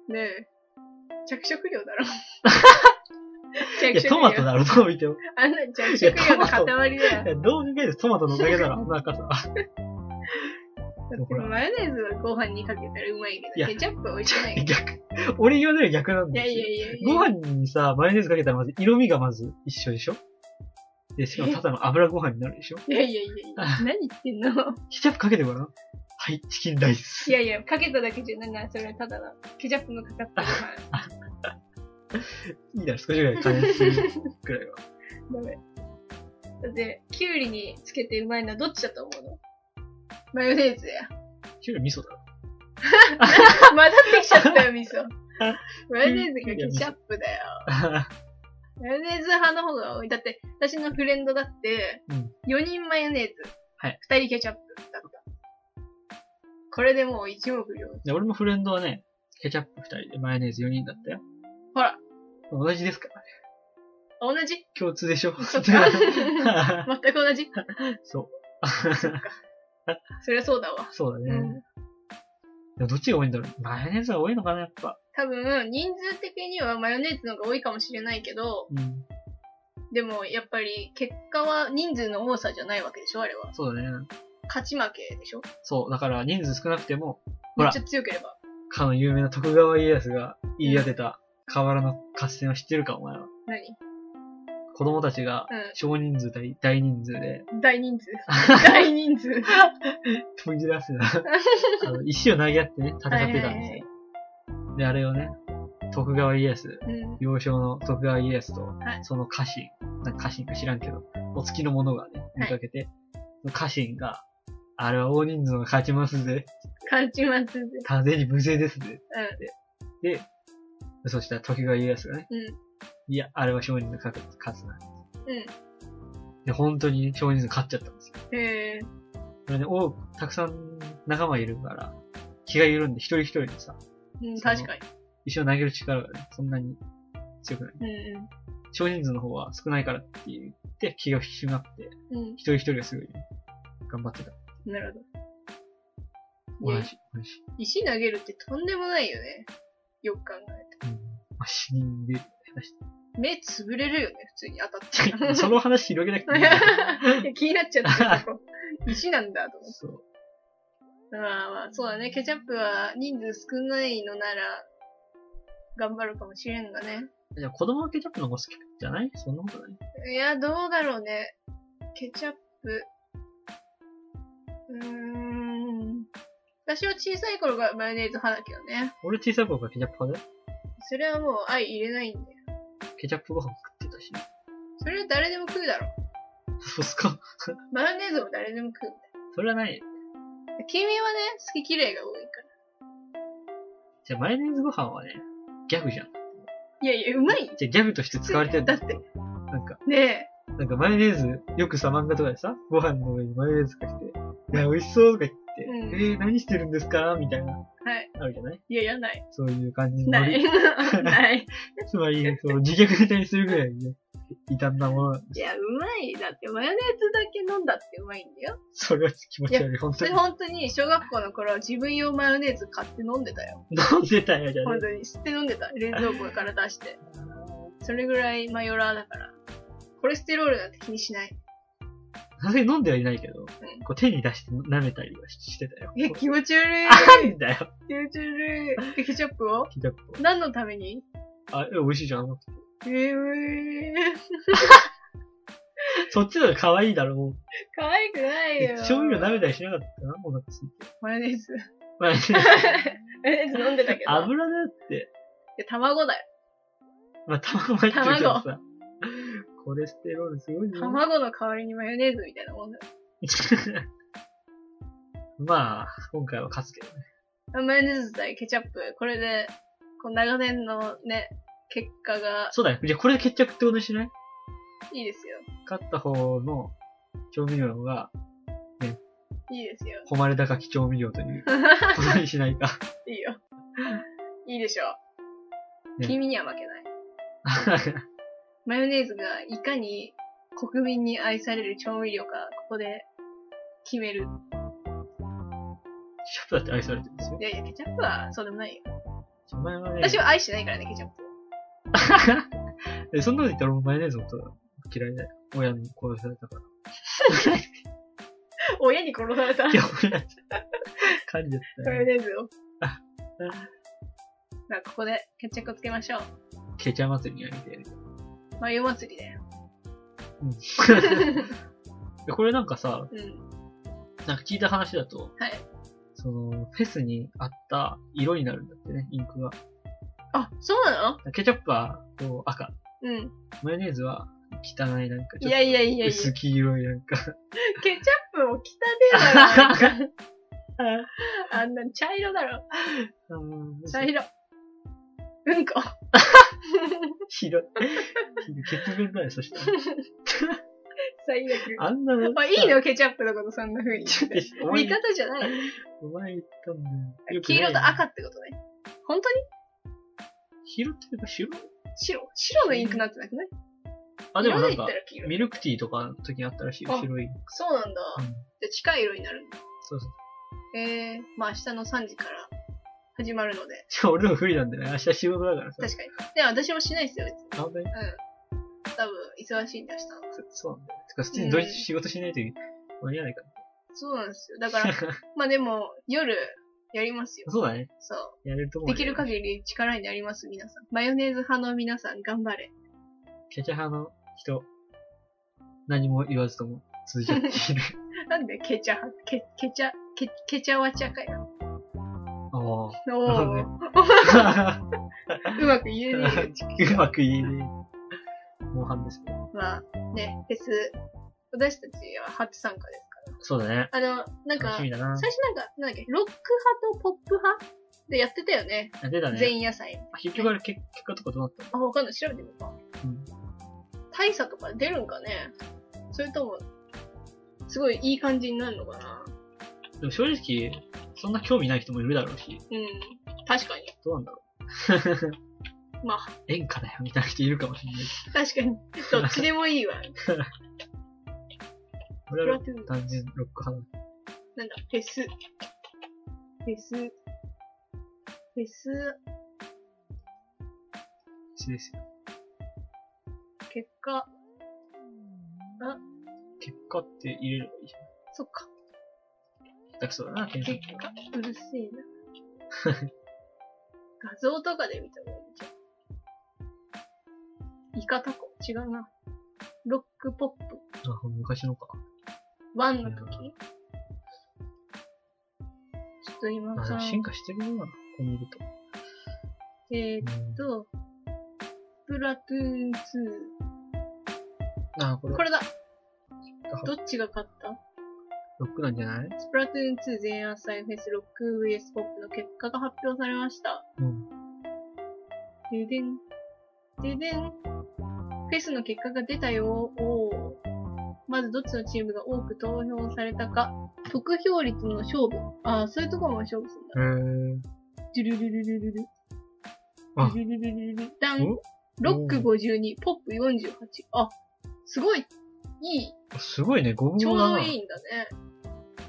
う。ねえ。着色料だろ。
い
着
や、
色料。
トマトだろ、どう見ても。
あんな着色料の塊だよ
い。や、どう見てもトマトのおかげだ ろ、なんかさ。
だってマヨネーズはご飯にかけたらうまい
い
け
や
ど、ケチャップは美味しくないよ。
逆。俺言わない逆なん
いや
ですよ。
いやいやいや。
ご飯にさ、マヨネーズかけたらまず色味がまず一緒でしょで、しかもただの油ご飯になるでしょ
いやいやいやいや。何言ってんの
ケチャップかけてごらん。はい、チキンライス。
いやいや、かけただけじゃないな、それはただの。ケチャップのかかった
いいだろ、少しぐらい加熱するくらいは。
ご飯。ダメ。だって、キュウリにつけてうまいのはどっちだと思うのマヨネーズや。
きゅうり味噌だろ。
混ざってきちゃったよ、味 噌。マヨネーズがケチャップだよ。マヨネーズ派の方が多い。だって、私のフレンドだって
うん、
4人マヨネーズ、
はい
2人ケチャップだった。これでもう一目瞭然。
で俺もフレンドはね、ケチャップ2人でマヨネーズ4人だったよ。
ほら、
同じですからね。
同じ
共通でしょ
そっか全く 同じ
そう。
そりゃそうだわ。
そうだ
う
ね。
ん。
でもどっちが多いんだろうマヨネーズが多いのかな、やっぱ。
多分、人数的にはマヨネーズの方が多いかもしれないけど、
うん。
でもやっぱり結果は人数の多さじゃないわけでしょ、あれは。
そうだね。
勝ち負けでしょ
そう。だから人数少なくても、ほ
め
ら
っちゃ強ければ。
かの有名な徳川家康が言い当てた河原の合戦を知ってるか、お前は。
何う
子供たちが少人数対大人数で、
ん。大人数。 大人 数。
飛び散らす な。あの、石を投げ合ってね、戦ってたんですよ。で、あれをね、徳川家康、
うん。
幼少の徳川家康と、
い
その家臣、なんか家臣か知らんけど、お付きの者がね、見かけて、家臣が、あれは大人数が勝ちますぜ。
勝ちますぜ。
完全に無勢ですぜ。って。で、そしたら徳川家康がね、
うん。
いや、あれは少人数勝つ勝つな。
うん。
で、本当にね少人数勝っちゃったんですよ。
へえ。
それね、多く、たくさん仲間いるから、気が緩んで一人一人でさ、
うん、確かに。
石を投げる力がね、そんなに強くない。
うん
少人数の方は少ないからって言って、気が引き締まって、
うん。う
一人一人がすごいね、頑張ってた。
ん。なるほ
同
ど。ね
じ、同じ。
石投げるってとんでもないよね。よく考え
うん。まあ、死人 で、
て。目潰れるよね、普通に当たっ て。
その話広げなくていい。
いや気になっちゃったそこ。石なんだと思って。
そう。
まあまあ、そうだね。ケチャップは人数少ないのなら、頑張るかもしれんがね。
じゃあ子供はケチャップの方が好きじゃないそんなことない。
いや、どうだろうね。ケチャップ。うーん。私は小さい頃がマヨネーズ派だけどね。
俺小さい頃からケチャップ派だよ。
それはもう相入れないんだよ。
ケチャップご飯食ってたし。
それは誰でも食うだろ。
そうっすか
マヨネーズも誰でも食うんだ
それはない。
よ。君はね、好き嫌いが多いから。
じゃあマヨネーズご飯はね、ギャグじゃん。
いやいや、うまいよ
じゃあギャグとして使われてるん
だ
だ
っ。て、
なんか、
ね
なんかマヨネーズ、よくさ、漫画とかでさ、ご飯の上にマヨネーズかけて、いや、美味しそうとか言って、
うん。
えー、何してるんですかみたいな。はいあるじゃない
え。いや、やんない。
そういう感じのノ
な
リ
い。 ない。
つまり、その自虐ネタにするぐらいね、異端なものなんで
いや、うまい。だって、マヨネーズだけ飲んだってうまいんだよ。
す。それは気持ち悪い、本当
それ
に。
本当に小学校の頃は自分用マヨネーズ買って飲んでたよ。
飲んでたんやじゃ
本
ね
当に。吸って飲んでた。冷蔵庫から出して。それぐらいマヨラーだから。コレステロールなんて気にしない。
さすがに飲んではいないけど、
ん
こう手に出して舐めたりはしてたよ。
え、気持ち悪い。
なんだよ、
気持ち悪い。えケチャップを
ケチャップ。
何のために
あ、え美味しいじゃん。
えー、
そっちの方が可愛いだろ
可愛くな
う。
いよ。
調味料舐めたりしなかったな、お腹すいて。
マヨネーズ。
まあね、
マヨネーズ飲んでたけど。
油だって、
で卵だよ。
まあ、卵入ってるからさ。コレステロールすごいね。
卵の代わりにマヨネーズみたいなもんだよ。
まあ、今回は勝つけどね。
マヨネーズ対ケチャップ、これで、こう長年のね、結果が
そうだね。じゃあこれで決着ってことにしない
いいですよ。
勝った方の調味料が、
いいですよ。
誉れ高き調味料ということにしないか。
いいよ。いいでしょう。
ね
君には負けない。マヨネーズがいかに国民に愛される調味料か、ここで決める。
シャープだって愛されてるんですよ
い。やいや、ケチャップはそうでもないよ。
お前はね、
私は愛してないからね、ケチャップ。
えそんなこと言ったら俺もマヨネーズのことが嫌いだよ。親に殺された から。
親に殺された
いや、親に。感じた
マ
よ
ヨ。ネーズを
あ。
まあ、ここで決着をつけましょう。
ケチャ祭りにやめてやる。
マヨ祭りだよ。
でこれなんかさ、
うん。
なんか聞いた話だと、
はい
その、フェスに合った色になるんだってね、インクが。
あ、そうなの
ケチャップは、こう、赤。
うん。
マヨネーズは、汚いなんか、
い
ちょっ
やいやい
と
やいや。ケチャ
薄
ッ
黄色いなんか。
プも汚ねえだ ろ。
あ
あんな茶色だろ。
ー
茶色。うんこ。
ひどい。ひどい血便だよ、そしたら。
最悪。
あんなの。
あ、いいのケチャップのことそんな風に言って。
お前
味方じゃない。
お前言ったんだよ。よく
黄
ない
色と。赤ってことね。本当に
黄色っていうか白
白白のインクなんてなくない
あ、でもな
色で
ん
言っ
か
た、ら黄色。
ミルクティーとかの時にあったらしいよ、
あ
白い。うん。
そうなんだ。じゃあ近い色になるんだ。
そうそう。
ええまあ明日の3時から始まるので。
じゃあ俺の不利なんだよね。明日仕事だからさ。
確かに。で、私もしないですよ、別に。
かに。
多分、忙しいんで明日の。
そうなんだよ。てか、普通に土日仕事しないと間に合わないか。
そうなんですよ。だから ら、まあでも、夜、やりますよ。
そうだね。
そ
やれると
う。
思う
で
よ。
きる限り力になります、皆さん。マヨネーズ派の皆さん、頑張れ。
ケチャ派の人、何も言わずとも通じ合って いる。
なんで、ケチャ派、ケ、ケチャ、ケ、ケチャワチャかよ。
あ
お
なるほど
ー
ね。あ。
うまく言 えねえよ。
うまく言えねえ。模範ですね。
まあ、ね、フェス、私たちは初参加です
そうだね。
から。あの、なんか、
楽し
最
み
初
だな。
なんか、なんだっけ、ロック派とポップ派でやってたよね。
あ出たね。
全員野菜。
結局あれ結結果とかどうなったの
あ、わかんない。調べてみようか。
うん
大差とか出るんかねそれとも、すごいいい感じになるのかな
でも正直、そんな興味ない人もいるだろうし、
うん。確かに。
どうなんだろう。
まあ。
演歌だよ、みたいな人いるかもしれない。
確 かに。どっちでもいいわ。プ
俺
ラ
は
トゥーン。
単純ロック派だ。
なんだ、フェス。フェス。フェス、
一緒ですよ。
結果、
結果って入れればいいじゃ
そっか。
ん。下手くそだな、検
結
索。
果、うるせえな。画像とかで見た方がいいじゃん。イカタコ違うな。ロックポップ。
あ、昔のか。
ワンの時ちょっと今
あ、で
さ
も、進化してるな、こう見ると。
えー、っ
うん
と、プラトゥーン2。
あ、これ
これだ
あ
どっちが勝った
ロックなんじゃない
スプラトゥーン2全野祭フェスロック VS ポップの結果が発表されました。
うん。
ででん。ででん。フェスの結果が出たよ。おーまずどっちのチームが多く投票されたか。得票率の勝負。ああ、そういうところも勝負するんだ。
へー。
ジュルルルルルル。
あ
ジュルルルルルル。ダン
お。
ロック52、ポップ48。あ、すごい、いい。
すごいね、5
ちょ
分
う
だ
ど
な。
いいんだね。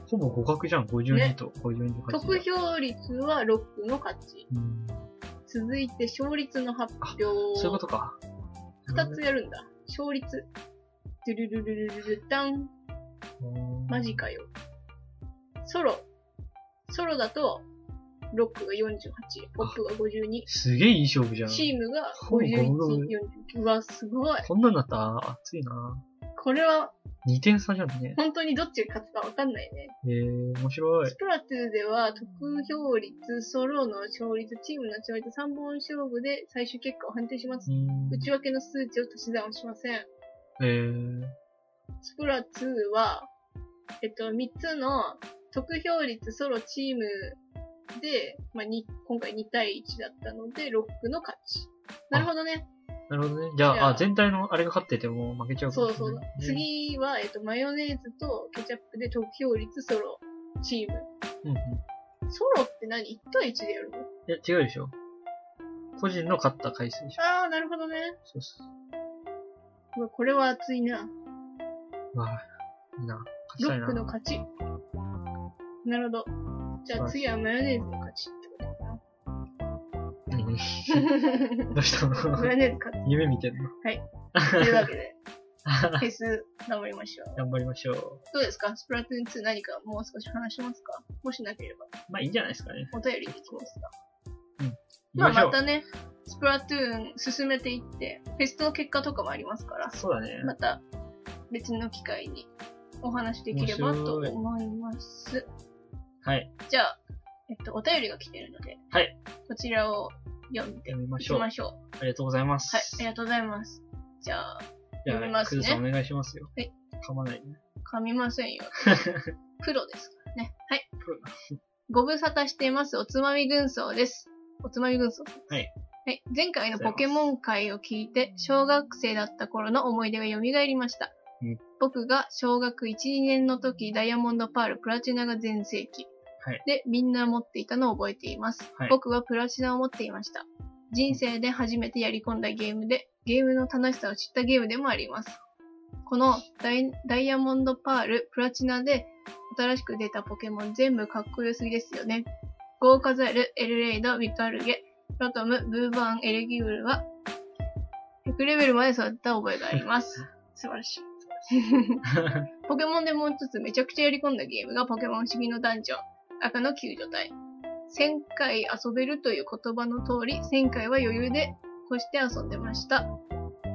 ほぼ互角じゃん、52
ね
と52と
得票率はロックの勝ち。
うん。
続いて勝率の発表。
そういうことか。
二つやるんだ。勝率。ドゥルルルルルルダン。
うん
マジ。かよ。ソロ。ソロだと、ロックが48、ポップが52、
すげえいい勝負じゃん。
チームが
ほぼ五分の
51、49。うわ、すごい。
こんなんなったら熱いな。
これは
2点差じゃんね。
本当にどっちが勝つかわかんないね。
えー、面白い
ス。プラトゥーでは、得票率、ソロの勝率、チームの勝率、3本勝負で最終結果を判定します。
うーん。
内訳の数値を足し算しません。
えー、
スプラ2は、えっと、3つの得票率、ソロ、チームで、まあ、に今回2対1だったので、ロックの勝ち。なるほどね。
なるほどね。じゃ
じゃ
あ、
あ
あ全体のあれが勝ってても負けちゃうかも
そ
し
う
れない
そう。次は、えっと、マヨネーズとケチャップで得票率、ソロ、チーム。
うんうん。
ソロって何 ?1 対1でやるの
いや、違うでしょ。個人の勝った回数でしょ。
あー、なるほどね。
そうそう。
うわこれは熱いな。
わあ、いいな。勝ち
ロ
たい
ックの
な。
勝ち。なるほど。じゃあ次はマヨネーズの勝ちってことかな。
何どうした
マ
の
ヨネーズ勝
夢見てんの
つというわけで、フェス頑張りましょう。
頑張りましょう。
どうですかスプラトゥーン2何かもう少し話しますかもしなければ、
まあいいんじゃないですかね。
お便りに行きますか
行
ま
き
あ
ましょ
ま
う。
たね、スプラトゥーン進めていって、フェスの結果とかもありますから、
そうだね。
また別の機会にお話できればと思います。
はい。
じゃあ、えっと、お便りが来てるので、
はい
こちらを読んで
やめま
い
し
き
ょう。
ま
あ
しょう。
りがとうございます。
はい、ありがとうございます。じゃあ、
じゃ
読みま
あ、
す
ク
ね
ズさんお願いしますよ。
はい。
噛まないね。
噛みませんよ。プロですからね。はい
プロ。
ご無沙汰しています。おつまみ軍曹です。おつまみ軍曹です。
はい。
はい。前回のポケモン会を聞いて、小学生だった頃の思い出が蘇りました。
うん
僕が小学1、2年の時、ダイヤモンドパール、プラチナが全盛期。
はい
で、みんな持っていたのを覚えています。
はい
僕はプラチナを持っていました。人生で初めてやり込んだゲームで、ゲームの楽しさを知ったゲームでもあります。このダイダイヤモンドパール、プラチナで新しく出たポケモン全部かっこよすぎですよね。ゴーカザエル、エルレイド、ミカルゲ、ロトム、ブーバーン、エレギウルは100レベルまで育った覚えがあります。素晴らしい。ポケモンでもう一つめちゃくちゃやり込んだゲームがポケモン不思議のダンジョン、赤の救助隊。1000回遊べるという言葉の通り、1000回は余裕で越して遊んでました。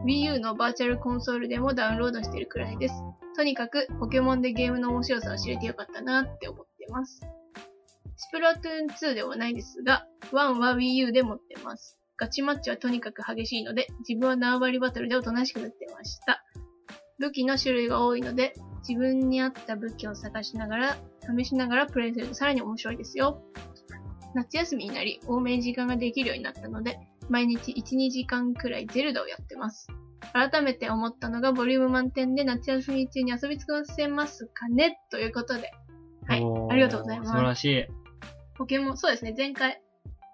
Wii U のバーチャルコンソールでもダウンロードしてるくらいです。とにかく、ポケモンでゲームの面白さを知れてよかったなって思ってます。スプラトゥーン2ではないですが、1は Wii U で持ってます。ガチマッチはとにかく激しいので、自分は縄張りバトルでおとなしくなってました。武器の種類が多いので、自分に合った武器を探しながら、試しながらプレイするとさらに面白いですよ。夏休みになり、多めに時間ができるようになったので、毎日1、2時間くらいゼルダをやってます。改めて思ったのが、ボリューム満点で夏休み中に遊び尽くせますかねということで、 はい
おー
ありがとうございます
素晴らしい。
ポケモン、そうですね、前回、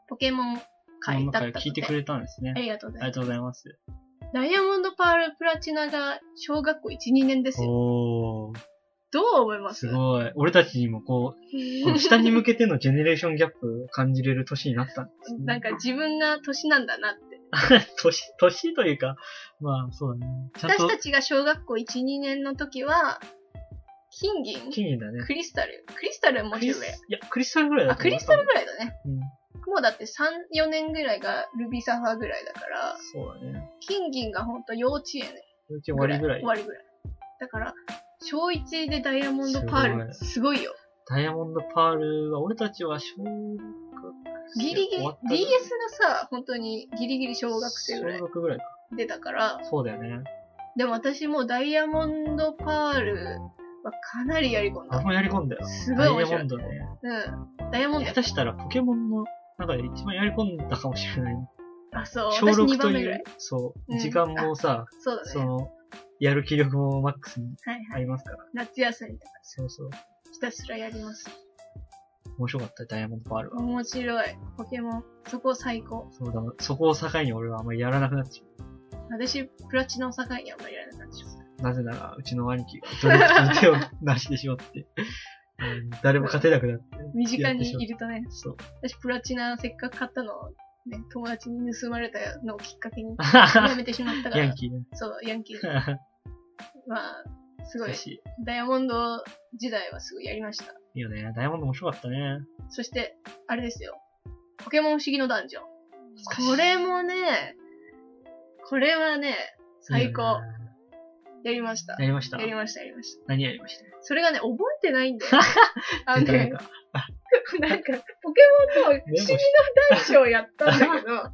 ポケモン会
今
だ
か
ったの
ら
で、
聞いてくれたんですね
あ。りがとうご
あ
ざ
り
い
が
ます。
とうございます。
ダイヤモンドパールプラチナが小学校1、2年ですよ。
おー、
どう思います
すごい。俺たちにもこう、この下に向けてのジェネレーションギャップ感じれる年になったん です、ね。
なんか自分が年なんだなって。
年、年というか、まあそうだね。ちゃん
私
と
た、ちが小学校1、2年の時は、金銀
金銀だね。
クリスタル。クリスタルも
ク
ち
リ
ろん
ス、いや、クリスタルぐらいだ
あ、
と
ク
思う
リスタルぐらいだね。
うん。
もうだって3、4年ぐらいがルビーサファーぐらいだから、
そうだね。
金銀がほんと幼稚園
うち終わりぐらい
終。わりぐらい。だから、小1でダイヤモンドパール、すごいよ。
ダイヤモンドパールは、俺たちは小学生
ギリギリ
終わっ、たぐらい
DS がさ、本当にギリギリ小学生ぐらい
小学ぐらいか。
出たから、
そうだよね。
でも私もうダイヤモンドパールはかなりやり込ん
あ
だ
れ。もやり込んだよ。
すごい
ダイ
面
ヤ
白
モ
い
ン。ドね。
うん。ダイヤモンド
下手したらポケモンの中で一番やり込んだかもしれない。
あ、そう。
小
私2
6と
番目
い
ぐら
う
い。、
そう、
うん
時間もさ、
そうだ
そ
ね。
の、やる気力もマックスに
はい
あ
はい。
りますから。
夏休みとか
そうそう。
ひたすらやります。
面白かった、ダイヤモンドパールは。
面白い。ポケモン。そこ最高。
そうだ、そこを境に俺はあんまりやらなくなっちゃ
私、プラチナを境にあんまりやらなかったし
う。なぜなら、うちの兄貴が努力に手を出してしま って、うん誰も勝てなくなって。
身近にい
る。
るとね、
そう。
私プラチナせっかく買ったのを、ね、友達に盗まれたのをきっか けにやめてしまったか
ヤン
ら、
キー ね。
そう、ヤンキー。まあ、すご い
嬉。し
ダイヤモンド時代はすごいやりました。
い。いいよね。ダイヤモンド面白かったね。
そして、あれですよ。ポケモン不思議のダンジョン。これもね、これはね、最高。やりました。
やりました
や。りました、やりました。
何やりました
それがね、覚えてな いんだよ。あの
なん
ね、
か、
なんか、ポケモンと不思議のダンジョンをやったんだけど、バ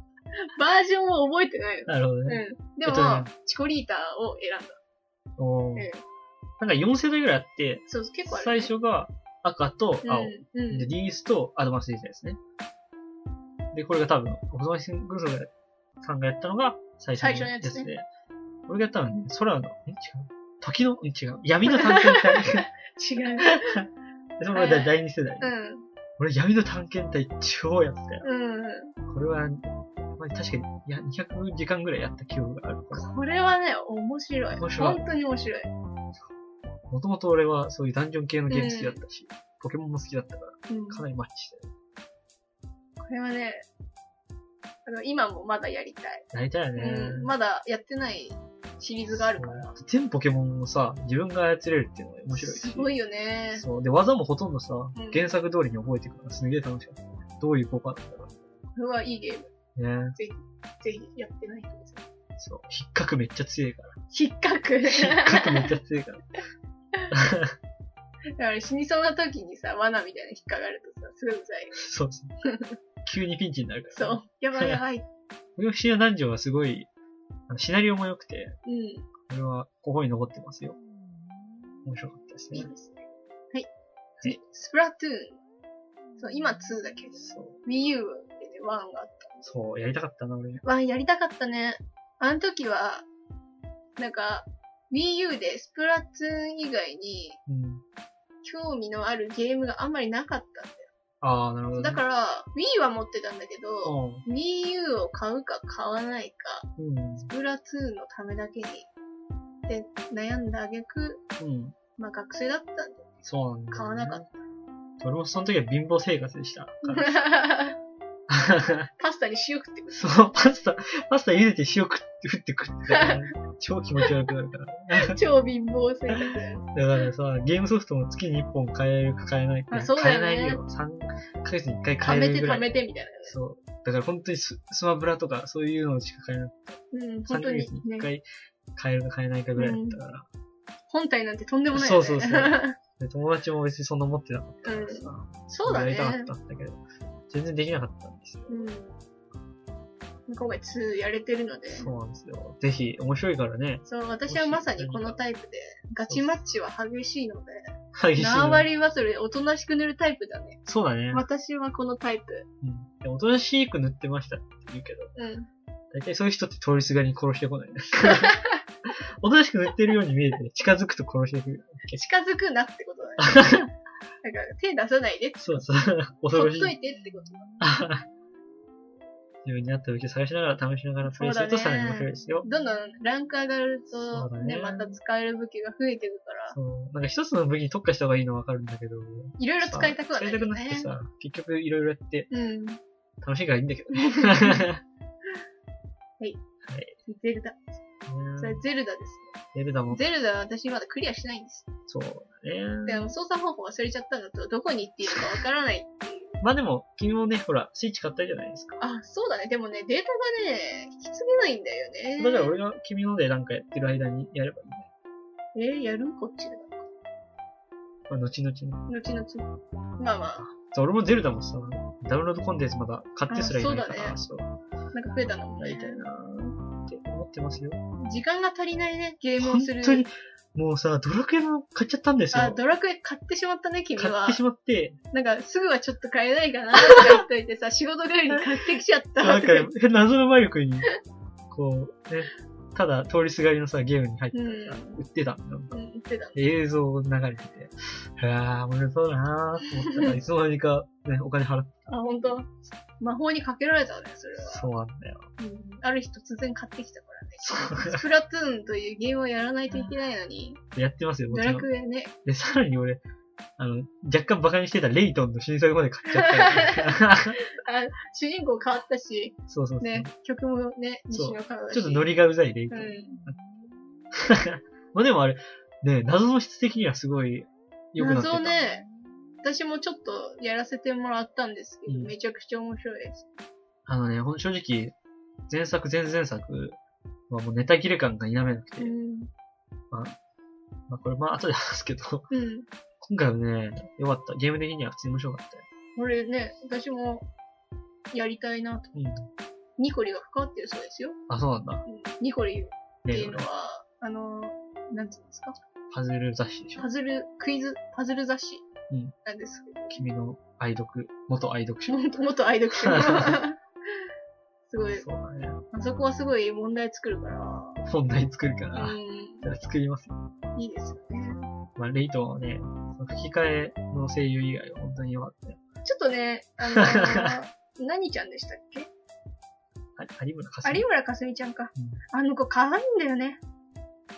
ージョンは覚えてないの。
なるほどね。
うん。で
えっと
も
ね、
チコリーターを選んだ。
おー
ん
なんか4世代ぐらいあって、
そうそう、結構ある。
最初が赤と
うん、
青。
うん。
で、リースとアドバンスデータですね。で、これが多分、小沢慎吾さんがやったのが最初
最初の
の
や
や
つね
つで、俺がやったのはね、空の、え違う時のえ違う。闇の探検 隊。
違う。
でそれが第2世代。
うん。
俺、闇の探検隊超やってたよ。
うん。
これは、まあ、確かにいや200時間ぐらいやった記憶があるから。
これはね、面白い。
面白い
本当に面白い。
もともと俺はそういうダンジョン系のゲーム好きだったし、ポケモンも好きだったから、
うん、
かなりマッチしてる。
これはね、あの、今もまだやりたい。
やりたいよね。
うん。まだやってないシリーズがあるから。
全ポケモンをさ、自分が操れるっていうのが面白いし。
すごいよね。
そう。で、技もほとんどさ、
ん
原作通りに覚えていくから、すげえ楽しかった。どういう効果だったか。
これはいいゲーム。
ね
ぜひやってない人 です。
そう。引っかくめっちゃ強い から。
引っかく。
引っかくめっちゃ強いから。
だから死にそうな時にさ、罠みたいなの引っかかるとさ、すぐうざい。
そうそう。 急にピンチになるから。
そう。 やばいやばい。
不思議な男女はすごい、あのシナリオも良くて、
うん。
これはここに残ってますよ。面白かったです
い
ね
い。ですね。はい。次、スプラトゥーン。そう、今2だけど、
そう。
Wii U でね1があった。
そう、やりたかったな、俺。
1やりたかったね。あの時は、なんか、Wii U でスプラトゥーン以外に
うん。
興味のあるゲームがあんまりなかったんだよ。
ああ、なるほど、ね。
だから、Wii は持ってたんだけど、
うん。
Wii U を買うか買わないか、
うん。
スプラトゥーンのためだけに、で、悩んだ挙句、
うん。
まあ学生だったんで、
そうなんだ、
買わなかっ
った。俺もその時は貧乏生活でしたから。
た。パスタに塩食ってくる。
そう、パスタ、パスタ茹でて塩食って、振って食ってた ら、超気持ち悪くなるから。
超貧乏生活。
だからさ、ゲームソフトも月に1本買えるか買えないか、
あそうだ
買え
よね
ないよ。3ヶ月に1回
貯
買え
め
る
て
ぐら
貯
い。
めてみたい
そう。だから本当にススマブラとかそういうのしか買えない。
なね。うん、
3
本
ヶ
当に
月に1
ね、
回買えるか買えないかぐらいだったから。
本体なんてとんでもないよね。
そうそう そうで友達も別にそんな持ってなかったからさ。
そうだね。
やりたかったんだけど、全然できなかったんですよ。
うん。今回2やれてるので、
そうなんですよ。ぜひ、面白いからね、
そう、私はまさにこのタイプで、ガチマッチは激しいので、
激しい
縄張りバトルでおとなしく塗るタイプだね。
そうだね。
私はこのタイプ。
うん。で、おとなしく塗ってましたって言うけど、
うん。
大体そういう人って通りすがりに殺してこない。おとなしく塗ってるように見えて、近づくと殺してくる。
近づくなってこと だね。なんか手出さないで、
そうそう。恐
ほ
ろ
っ
しい。
といてってことだ。
自分に合った武器を探しながら、試しながらプレイすると
そう
さ
だね
らに面白いですよ。
どんどんランク上がる
そ
と
うだ、ね
ね、また使える武器が増えてくから、
そう。なんか一つの武器に特化した方がいいのはわかるんだけど。い
いろいろ使いたくはない
使い
よ
たくなって
ね。
さ、結局いろいろやって、
うん。
楽しいからいいんだけどね。
ゼルダ。 それ
ね
ゼルダですね。
ゼルダも、
ゼルダは私まだクリアしてないんです。
そうだ
で
ね。
も操作方法忘れちゃったんだと、どこに行っていいのかわからない。
まあでも、君もね、ほら、スイッチ買ったじゃないですか。
あ、そうだね。でもね、データがね、引き継げないんだよね。
だから俺が君のでなんかやってる間にやればいいね。
えーやるこっちで。
まあ、後々ね。
後々。まあま
そう俺もゼルダもさ、ダウンロードコンテンツまだ買ってすらいないか
あ
ら、そう,、
あ、なんか増えたのも
やり
ね
た。いなーって思ってますよ。
時間が足りないね、ゲームを
本
する。
当に、もうさ、ドラクエも買っちゃったんですよ。
あ、ドラクエ買ってしまったね、君
買
は
って。しまって、
なんか、すぐはちょっと買えないか な、とか言っといてさ、仕事帰りに買ってきちゃった。
なんか、変な謎の魔力に、こう、ね、ただ通りすがりのさ、ゲームに入ってたから、売ってた。なん
う
か
ん、言ってたね。
映像を流れてて、ああ、おめでとうだなーって思ったら、いつの間にか、ね、お金払って、
あ、ほんと。魔法にかけられたね、それは。
そうなんだよ。
うんある日突然買ってきたからね。
そう
スプラトゥーンというゲームをやらないといけないのに、
やってますよ、も
ド
ちろ
ラ
ん。
クエね、
で、さらに俺、あの、若干バカにしてたレイトンの新作まで買っちゃ ったり。
あ主人公変わったし、
そうそうそう。
ね、曲もね、
そう
西の川だし。
ちょっとノリがうざいレイ
う
トン。
ん。
まあでもあれ、ね、謎の質的にはすごい良くなってた。
謎ね、私もちょっとやらせてもらったんですけど、
うん
めちゃくちゃ面白いです。
あのね、ほん正直、前作前々作はもうネタ切れ感が否めなくて、
うん。
まあこれまあ後で話すけど、
うん。
今回はね、良かった。ゲーム的には普通に面白かったよ。
これね、私もやりたいなと。
うん。
ニコリが関わってるそうですよ。
あ、そうなんだ。
うんニコリって
例
いう
の
のは、あの、なんつうんですか
パズル雑誌でしょ
パ。ズル、クイズ、パズル雑誌
うん
なんですけど、
君の愛読、元愛読者。
本当元愛読者。 すごい、
そうだね。
あそこはすごい問題作るから、
本題作るか
う
ら、
ん、
じゃあ作りますよ。
いいですよね。
まあ、レイトンはね、その吹き替えの声優以外は本当に良かったよ。
ちょっとね、あのー 何ちゃんでしたっけ
は有村架純。
有村架純ちゃんか。あの子可愛いんだよね。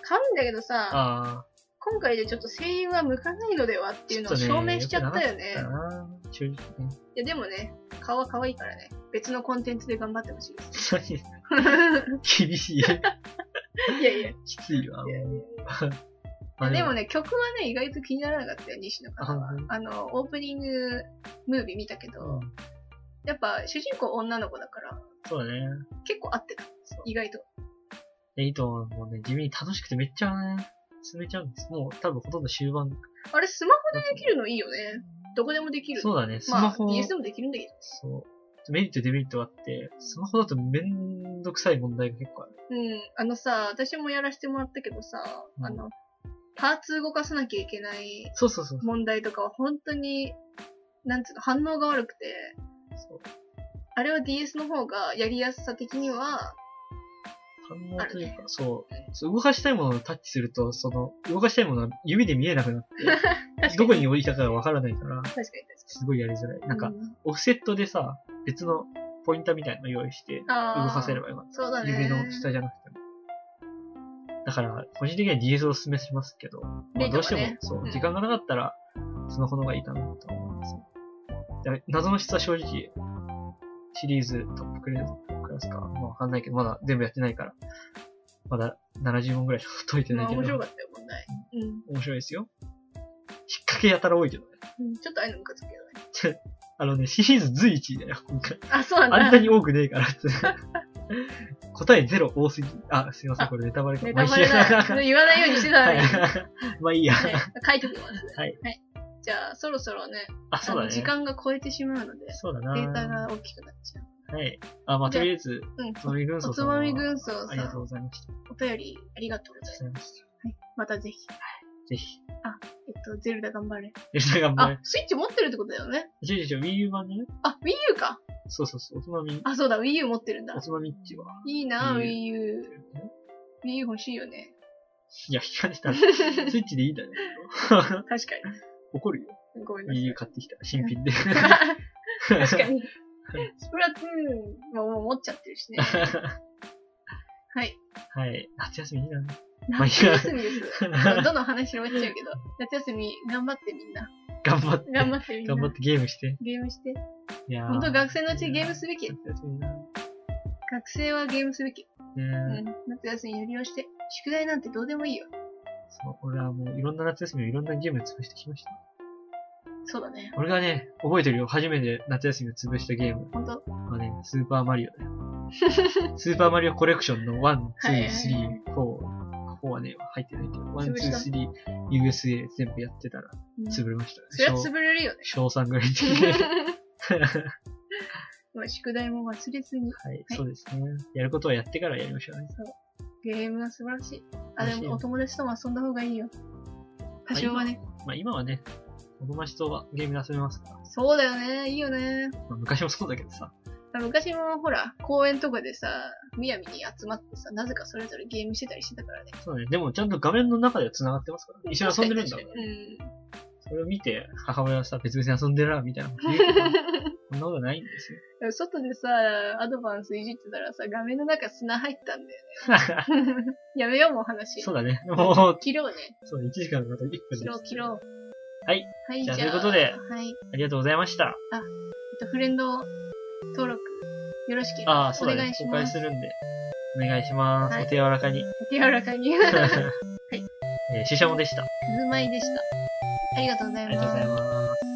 可愛いんだけどさ、
ああ、
今回でちょっと声優は向かないのではっていうのを証明しちゃったよね。
だな正 直ね。
いやでもね、顔は可愛いからね、別のコンテンツで頑張ってほしい です。
厳しい。
いやいや。い
きついわ。
やい
まあ
やでもね、曲はね、意外と気にならなかったよ、西野
あ
か
ほん
な。
とに
あの、オープニングムービー見たけど、やっぱ主人公女の子だから、
そうだね。
結構合ってた。意外と。
レイトンはもうね、地味に楽しくてめっちゃね、進めちゃうんです。もう多分ほとんど終盤だ
あれ、スマホ
と思う
でできるのいいよね。どこでもできる。
そうだね、ス
ま
マ
あ、
ホ。
DS でもできるんだけど。
そう。メリットデメリットがあって、スマホだとめんどくさい問題が結構ある。
うん。あのさ、私もやらせてもらったけどさ、
うん
あの、パーツ動かさなきゃいけない
そうそうそう。
問題とかは本当に、なんつうの、反応が悪くて、
そう
あれは DS の方がやりやすさ的には、
反応という
ある
か、そうそう。動かしたいものをタッチすると、その、動かしたいものは指で見えなくなっ
確か
て、
に。
どこに置いたかがわからないから、
確かに確
すごいやりづらい。
かに。
なんか、
うん
オフセットでさ、別のポインターみたいなの用意して、動
あー
かせればよかっ
そう
た。
だね。
指の下じゃなくても。だから、個人的には DS をおすすめしますけど、ま
レ
あ、
イ
どう
トは
しても
ね、
そうう、
ん
時間がなかったら、スマホの方がいいかなと思います。だから謎の質は正直、シリーズトップクラスか、まあわかんないけど、まだ全部やってないから、まだ70問ぐらいしか解いてな
ま
い
あ
けど、
面白かったよ、問題。うん。
面白いですよ。引っ掛けやたら多いけどね。
うんちょっとああいうのムカつくけどね。
あのね、シリーズ随一だよ、今回。
あ、そうなんだ。
あんなに多くねえからって。答えゼロ多すぎ。あ、すいません、これネタバレか。
ネタバレ
まあ
ない。言わないようにしてたの
い
に。
いや
は
はい まあいいや。
い書いておきます。
はい。
じゃあ、そろそろね、
あ、そう
あ
だ
の
ね。
時間が超えてしまうので、
そうだ
データ
な
が大きくなっちゃう。
はい。あ、まあ
じ
と
ゃあ
りあえず、
うん。
つまみ軍曹
お
さ
つ
んは
まみ軍曹さ、
ありがとうんございました。あ
お便りありがとうござ
り
い
がとうご
ます。
ざいました。
はい。またぜひ、
ぜひ。
えっと、ゼルダ頑張れ。
レジャー頑張れ
あ。、スイッチ持ってるってことだよね。
ちょいちょいちょい、Wii U 版ね。
あ、Wii U か。
そうそうそう、おつまみ、
あ、そうだ、Wii U 持ってるんだ
お。つまみっちは。
いいな、Wii
Wii
U。Wii U 欲しい よね。
いや、引かれ た。ス
確
イッチでいいんだよ。
か
怒るよ。
に。ごめんな
Wii
さ
U
い。
買ってきた。新品で。
確かに。スプラトゥーンはもう持っちゃって るしね。はい。
はい。夏休みいいな。まあいい
夏
や
休みです。 どの話広がっちゃうけど。夏休み、頑張ってみんな。
頑張って。
頑張ってみんな。
頑張ってゲームして。
ゲームして。
いやー
本当学生のうちゲームすべき。
夏休みな。ね
学生はゲームすべき。う
え
ん。夏休みやりをして。宿題なんてどうでもいいよ。
そう、俺はもういろんな夏休みをいろんなゲームで潰してきました。
そうだね。
俺がね、覚えてるよ。初めて夏休みを潰したゲーム。
本当
まあね、スーパーマリオだよ。 スーパーマリオコレクションの1、
はい
2、
はい
3、4。4はね、入ってないけど、1、
潰した
2、3、USA 全部やってたら、
うんそ
潰れましたね。
りゃ潰れ るよね。
小小3ぐらい で。
まあ宿題も忘れずに。
はい、そうですね。やることはやってからやりましょうね。
ゲームは素晴らしい。あ、で
楽しい
も
よ
お友達とも遊んだ方がいいよ。多少はね。
まあ今はね、お友達とはゲームで遊べますから。
そうだよね。いいよね。
まあ、昔もそうだけどさ。
昔もほら、公園とかでさ、むやみに集まってさ、なぜかそれぞれゲームしてたりしてたからね。
そうね。でもちゃんと画面の中では繋がってますから、ね。一緒に遊んで るんだもん
確かに
それを見て、母親はさ、別々に遊んでるな、みたいなこと言うけど。そんなことないん ですよ。
うん。外でさ、アドバンスいじってたらさ、画面の中砂入ったんだよ ね。やめよう、もう話。
そうだね。もう、
切ろうね。
そう、1時間のあと1分です。
切ろう、切ろう。
はい。
はい、
じ
じ
ゃ
ゃ
あ
あ。
ということで
はい。えっ
ありがとうございました。
と、フレンド登録、よろしければ。
ああ、そうだ
お願
ね
い。し
公
ま
開
す
するんで。お願いします。
はい
お手柔らかに。
柔らかに。。
はいえー、シシャモでした。
鈴舞でした。ありがとうござ
あ
い
りがとうござい
ます。
ます。